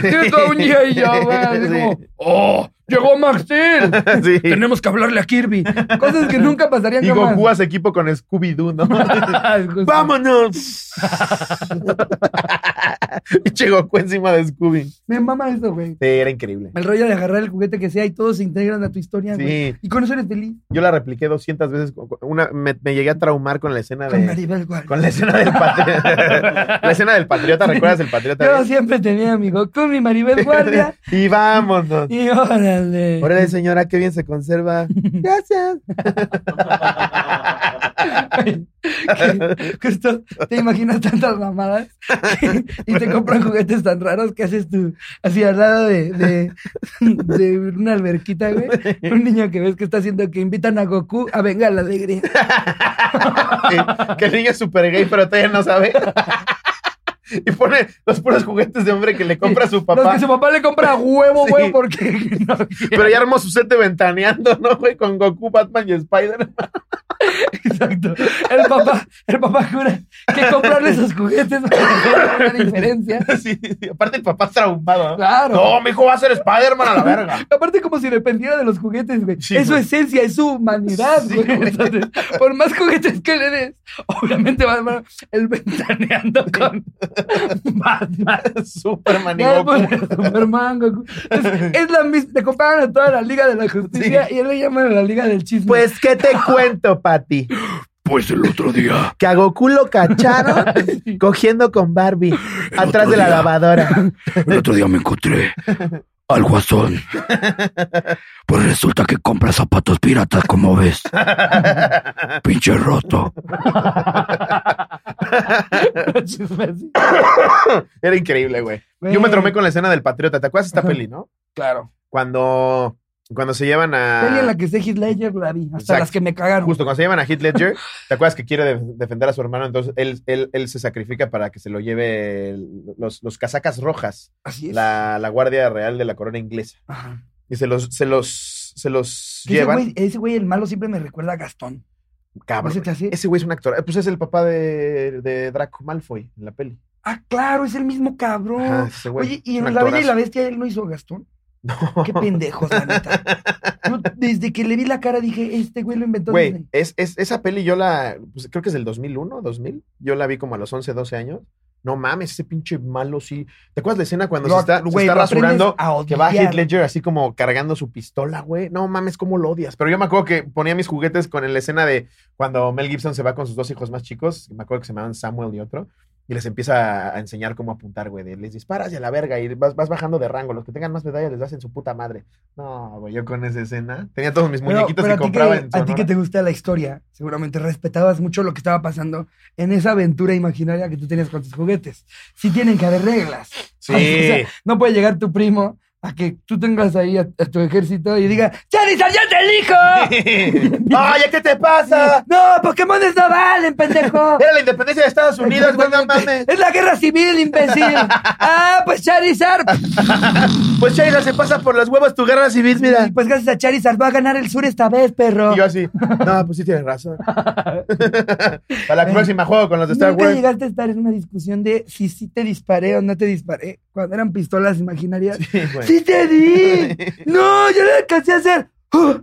Tienes a un G.I. Joe, güey, así Sí. como, ¡oh! ¡Llegó Max Steel! Sí. Tenemos que hablarle a Kirby. Cosas que nunca pasarían Y jamás. Goku hace equipo con Scooby-Doo, ¿no? Justo. ¡Vámonos! Pinche Goku encima de Scooby. Sí, Me mama eso, güey. era increíble. El rollo de agarrar el juguete que sea y todos se integran a tu historia, güey. Sí, Y con eso eres feliz. yo la repliqué 200 veces. Una, me, me llegué a traumar con la escena Con de... Maribel Guardia. Con la escena del patriota. la escena del patriota, ¿recuerdas el patriota? Yo siempre tenía mi Goku, mi Maribel Guardia. Y vámonos. Y órale. Órale, señora, qué bien se conserva. Gracias. Que- Justo te imaginas tantas mamadas que- y te compran juguetes tan raros que haces tú así al lado de, de, de una alberquita, güey. Un niño que ves que está haciendo que invitan a Goku a venga a la alegría. Sí, que el niño es súper gay, pero todavía no sabe. y pone los puros juguetes de hombre que le compra su Los papá. que su papá le compra a huevo, Sí. güey, porque no Pero ya armó su set de ventaneando, ¿no, güey? Con Goku, Batman y Spider-Man. Exacto. El papá, el papá jura que comprarle esos juguetes para hacer una diferencia. Sí, sí. Aparte, el papá es traumado, ¿no? Claro. No, mi hijo va a ser Spider-Man a la verga. Aparte, como si dependiera de los juguetes, güey. Sí, es su güey. esencia, es su humanidad, Sí, güey. güey. Entonces, por más juguetes que le des, obviamente va a armar el ventaneando con Batman. Superman y Ya, Goku. pues, Superman, Goku. Es, es la misma. Te comparan a toda la Liga de la Justicia y él le llaman a la Liga del Chisme. Pues, ¿qué te cuento, Pati? Pues el otro día, Que a Goku lo cacharon cogiendo con Barbie atrás de la día. lavadora. el otro día me encontré al guasón. Pues resulta que compra zapatos piratas, como ves. Pinche roto. Chisme, sí. Era increíble, güey. Güey. Yo me tromé con la escena del Patriota. ¿Te acuerdas esta peli, no? Claro. Cuando, cuando se llevan a. Peli en la que sé Heath Ledger la vi. Hasta Ah. Exacto. las que me cagaron. Justo, cuando se llevan a Heath Ledger, ¿te acuerdas que quiere de- defender a su hermano? Entonces él, él, él se sacrifica para que se lo lleve el- los, los casacas rojas, Así es. la, la Guardia Real de la Corona Inglesa. Ajá. Y se los, se los, se los Ese llevan. güey, ese güey, el malo, siempre me recuerda a Gastón. ¿No Cabrón. se te hace? Ese güey es un actor. Eh, Pues es el papá de, de Draco Malfoy en la peli. Ah, claro, es el mismo cabrón. Ajá, ese güey. Oye, y Es un en La Bella y la actorazo. Bestia él no hizo Gastón. No. Qué pendejos, la neta. Yo, desde que le vi la cara dije, este güey lo inventó Güey, Disney. es, es- esa peli yo la, pues, creo que es del 2001, 2000. Yo la vi como a los 11, 12 años. No mames, ese pinche malo sí. ¿Te acuerdas la escena cuando Lo- se está, se güey, está lo aprendes rasurando? a Que va odiar. Heath Ledger así como cargando su pistola, güey. No mames, cómo lo odias. Pero yo me acuerdo que ponía mis juguetes con la escena de cuando Mel Gibson se va con sus dos hijos más chicos. Me acuerdo que se llamaban Samuel y otro. Y les empieza a enseñar cómo apuntar, güey. de, Les disparas y a la verga y vas, vas bajando de rango. Los que tengan más medallas les das en su puta madre. No, güey, yo con esa escena tenía todos mis Pero- muñequitos pero que compraba a ti en que, a ti que Sonora. te gusta la historia, seguramente respetabas mucho lo que estaba pasando en esa aventura imaginaria que tú tenías con tus juguetes. Sí tienen que haber reglas. Sí. O sea, no puede llegar tu primo a que tú tengas ahí a, a tu ejército y diga, ¡Charizard, yo te elijo! ¡Oye, qué te pasa! ¡No, Pokémones no valen, pendejo! Era la independencia de Estados Unidos, güey, no mames. Es la guerra civil, imbécil. Ah, pues Charizard. Pues Chaira se pasa por las huevas tu guerra civil, mira. Y pues gracias a Charizard va a ganar el sur esta vez, perro. Y yo así, no, pues sí tienes razón. Para la Ven. próxima juego con los de Star Nunca Wars. llegaste a estar en una discusión de si sí te disparé o no te disparé. Cuando eran pistolas imaginarias. ¡Sí, Sí, güey. te di! ¡No! Yo le alcancé a hacer. ¡Uh!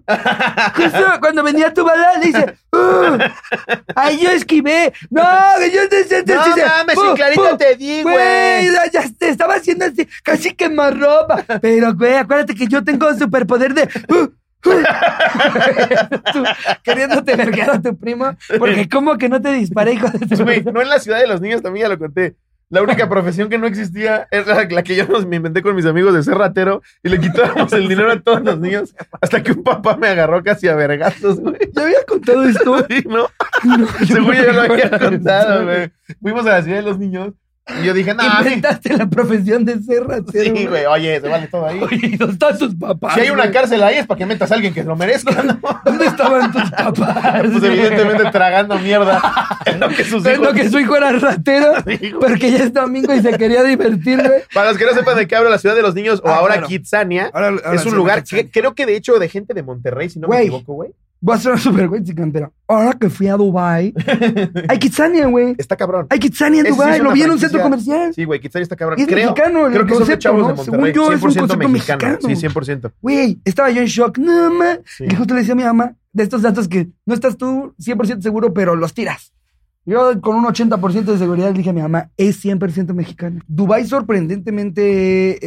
Justo cuando venía tu bala, le hice. ¡Uh! ¡Ay, yo esquivé! ¡No! que yo te te- te- No te- mames, ¡Pu! sí, clarito ¡Pu! te di, Güey, güey. la- ya te estaba haciendo así, casi quemarropa. Pero, güey, acuérdate que yo tengo superpoder de. ¡Uh! ¡Uh! Tú queriéndote verguear a tu primo, porque como que no te disparé, hijo de tu Pues, Güey, no en la ciudad de los niños, también ya lo conté. La única profesión que no existía es la, la que yo nos- me inventé con mis amigos de ser ratero y le quitábamos el dinero a todos los niños hasta que un papá me agarró casi a vergazos, güey. ¿Ya había contado esto? Sí, ¿no? No, Según yo ya lo había recuerdo contado, eso. güey. Fuimos a la ciudad de los niños y yo dije, no, a mí- Inventaste la profesión de ser ratero. Sí, güey, oye, se vale todo ahí. Oye, ¿y ¿dónde están tus papás? Si hay una güey? cárcel ahí es para que metas a alguien que lo merezca, ¿no? ¿Dónde estaban tus papás? Pues evidentemente tragando mierda. Es lo que sus Siendo hijos- que su hijo era ratero, Sí, güey. porque ya es domingo y se quería divertir, güey. Para los que no sepan de qué hablo, la ciudad de los niños o Ah, ahora claro. Kitsania Ahora- ahora es sí, un lugar, Kitsania. que- creo que de hecho de gente de Monterrey, si no me Güey. equivoco, güey. Voy a sonar súper güey, chican, pero ahora que fui a Dubai, hay Kitsania, güey. Está cabrón. Hay Kitsania en Ese sí Dubai, es lo una vi en un centro franquicia. comercial. Sí, güey, Kitsania está cabrón. Es creo mexicano el creo que son de concepto, chavos ¿no? de Según Monterrey. yo, es un 100% concepto mexicano. mexicano. Sí, 100%. Güey, estaba yo en shock. No, ma. Sí. Y justo le decía a mi mamá de estos datos que no estás tú 100% seguro, pero los tiras. Yo con un 80% de seguridad le dije a mi mamá, es 100% mexicana. Dubái sorprendentemente,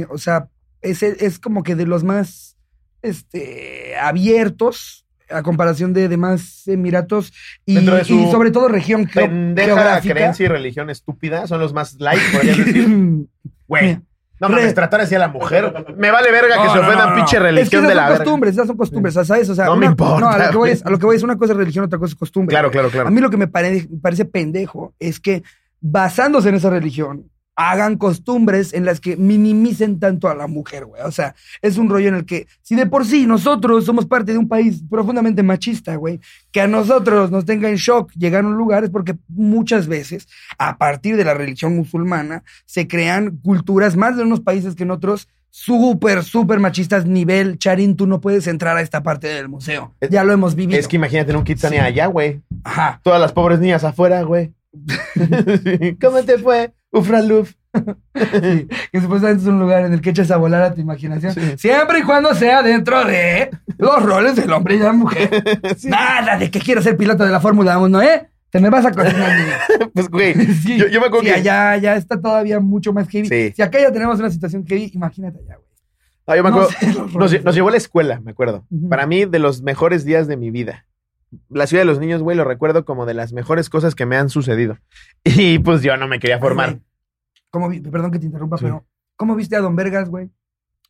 eh, o sea, es, es como que de los más este, abiertos a comparación de demás Emiratos y, Dentro de su y sobre todo región geo- Pendeja geográfica. creencia y religión estúpida son los más light, podrías decir. Güey, Mira, no mames, re- tratar así a la mujer. Me vale verga que No, se no, ofendan no, no. pinche Es que religión esas de son la verga. costumbres, esas son costumbres, o sea, ¿sabes? O sea, No una- me importa, No, a lo que voy güey. es, a lo que voy es una cosa es religión, otra cosa es costumbre. Claro, claro, claro. A mí lo que me pare- me parece pendejo es que basándose en esa religión, hagan costumbres en las que minimicen tanto a la mujer, güey. O sea, es un rollo en el que, si de por sí nosotros somos parte de un país profundamente machista, güey, que a nosotros nos tenga en shock llegar a un lugar es porque muchas veces, a partir de la religión musulmana, se crean culturas más de unos países que en otros. Súper, súper machistas, nivel Charín, tú no puedes entrar a esta parte del museo. Es- ya lo hemos vivido. Es que imagínate en un Kitsania Sí. allá, güey. Ajá. Todas las pobres niñas afuera, güey. ¿Cómo te fue? Ufraluf. Sí, que supuestamente es un lugar en el que echas a volar a tu imaginación. Sí. Siempre y cuando sea dentro de los roles del hombre y la mujer. Nada de que quiero ser piloto de la Fórmula 1, ¿eh? Te me vas a cocinar. niño. Pues, güey, Sí, yo, yo me acuerdo sí, que... allá, allá está todavía mucho más heavy. Sí. Si acá ya tenemos una situación heavy, imagínate allá, güey. Ah, yo me No acuerdo- sé, los nos, roles. nos llevó a la escuela, me acuerdo. Ujú. Para mí, de los mejores días de mi vida. La ciudad de los niños, güey, lo recuerdo como de las mejores cosas que me han sucedido. Y pues yo no me quería formar. Güey, ¿cómo vi- Perdón que te interrumpa, Sí. pero ¿cómo viste a Don Vergas, güey?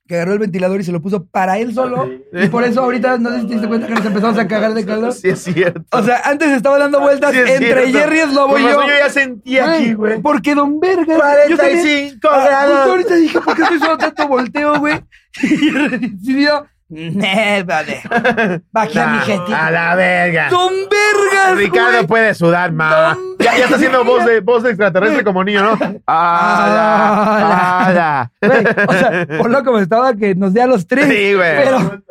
Que agarró el ventilador y se lo puso para él solo. Y por eso ahorita, no sé si te diste cuenta que nos empezamos a cagar de calor. Sí, es cierto. O sea, antes estaba dando vueltas Sí es entre cierto. Jerry el Lobo Por y razón, yo. yo ya sentía aquí, Ay, güey. Porque Don Verga. yo también- 45 Ah, Justo grados. ahorita dije, ¿por qué estoy solo tanto volteo, güey? Y decidió, "Nee, vale. Bajé a mi Nah, a jetita. la verga. Don Vergas, Ricardo güey. puede sudar más. No, Ya, ya está haciendo mira. voz de, voz de extraterrestre como niño, ¿no? Ala. ¡Ala! Güey, O sea, por loco me estaba que nos dé a los tres. Sí, güey. Pero,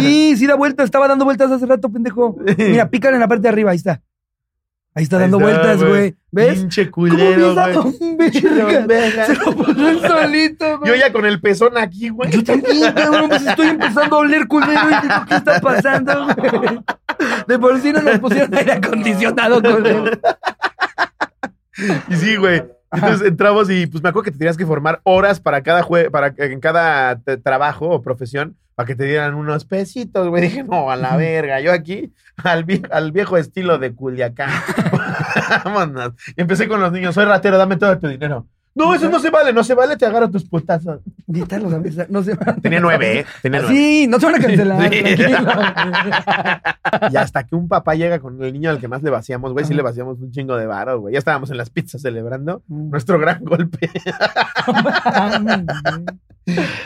sí, sí da vuelta. Estaba dando vueltas hace rato, pendejo. Mira, pícale en la parte de arriba, ahí está. Ahí está Ahí dando está, vueltas, güey. güey. ¿Ves? Pinche ¿Cómo culero, empieza güey. Don Vergas? Se lo puso él solito, güey. Yo ya con el pezón aquí, güey. Yo también, cabrón, pues estoy empezando a oler culero y digo, ¿qué está pasando? güey? De por sí no nos pusieron aire acondicionado, culero. Y sí, güey. Entonces entramos y pues me acuerdo que te tenías que formar horas para cada jue para en cada t- trabajo o profesión para que te dieran unos pesitos, güey. Dije, no, a la verga. Yo aquí al, vie- al viejo estilo de Culiacán. Vámonos. Y empecé con los niños. Soy ratero, dame todo tu dinero. No, eso no se vale, no se vale, te agarro tus putazos. Invítalos a misa. No se van. Tenía nueve, ¿eh? Tenía nueve. Sí, no te van a cancelar. Sí. tranquilo. Y hasta que un papá llega con el niño al que más le vaciamos, güey. Sí Ajá. le vaciamos un chingo de varo, güey. Ya estábamos en las pizzas celebrando nuestro gran golpe.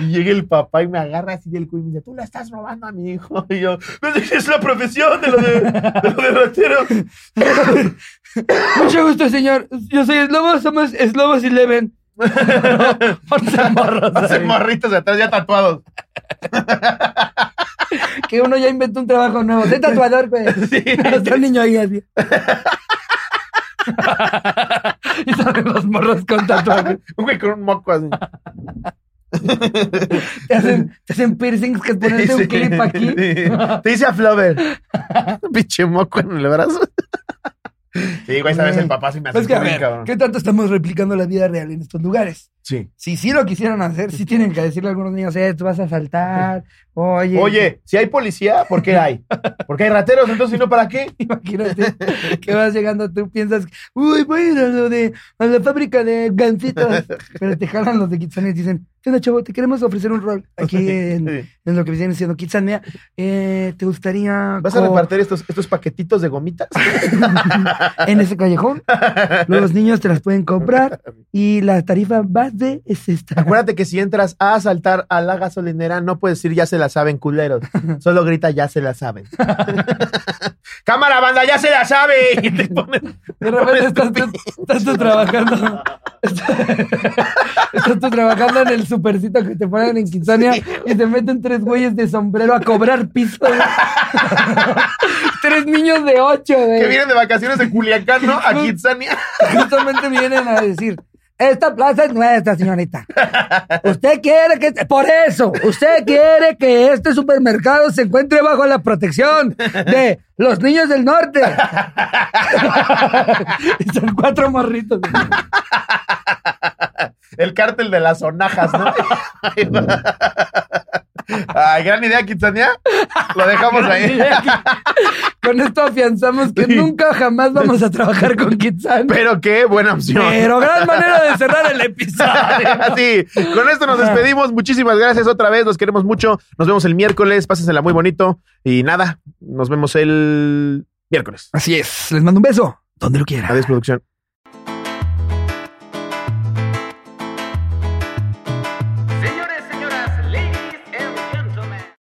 Y llega el papá y me agarra así del cuello y me dice, tú le estás robando a mi hijo. Y yo, no sé si es la profesión de lo de, de, lo de ratero. Mucho gusto, señor. Yo soy Slobos, somos Slobos Eleven. Once morros. Hacen ahí. morritos de atrás ya tatuados. Que uno ya inventó un trabajo nuevo. Soy tatuador, güey. Sí. Está un niño ahí así. y salen los morros con tatuajes. Un güey con un moco así. Te hacen, te hacen piercings que es ponerte un Sí. clip aquí. Sí. Te dice a Flover. Pinche moco en el brazo. Sí, güey, sabes el papá sí me hace Es que a bien, ver, cabrón. ¿qué tanto estamos replicando la vida real en estos lugares? Sí. Si sí lo quisieran hacer, sí tienen que decirle a algunos niños, eh, tú vas a saltar, oye. Oye, si hay policía, ¿por qué hay? Porque hay rateros, entonces, ¿y no para qué? Imagínate que vas llegando, tú piensas, uy, voy a ir a, lo de, a la fábrica de gansitos. Pero te jalan los de Kitsania y te dicen, ¿qué onda, chavo? Te queremos ofrecer un rol aquí en, Sí. en lo que viene siendo Kitsania. Eh, ¿Te gustaría ¿Vas a co- repartir estos, estos paquetitos de gomitas? en ese callejón? Los niños te las pueden comprar y la tarifa base es esta. Acuérdate que si entras a asaltar a la gasolinera, no puedes decir ya se la saben, culeros. Solo grita ya se la saben. Cámara, banda, ya se la sabe. Y te ponen- De repente estás tú, estás tú trabajando. Estás tú trabajando en el supercito que te ponen en Quinzania y te meten tres güeyes de sombrero a cobrar piso. güey. tres niños de ocho, que güey. vienen de vacaciones de Culiacán, ¿no? A Pues, Kitsania. Justamente vienen a decir. Esta plaza es nuestra, señorita. Usted quiere que... Por eso, usted quiere que este supermercado se encuentre bajo la protección de los niños del norte. Y son cuatro morritos. güey. El cártel de las sonajas, ¿no? Ay, gran idea, Kitsania. Lo dejamos ahí. Con esto afianzamos que Sí. nunca jamás vamos a trabajar con Kitsan. Pero qué buena opción. Pero gran manera de cerrar el episodio. Así, con esto nos despedimos. Muchísimas gracias otra vez. Los queremos mucho. Nos vemos el miércoles. Pásensela muy bonito. Y nada, nos vemos el miércoles. Así es. Les mando un beso. Donde lo quieran. Adiós, producción.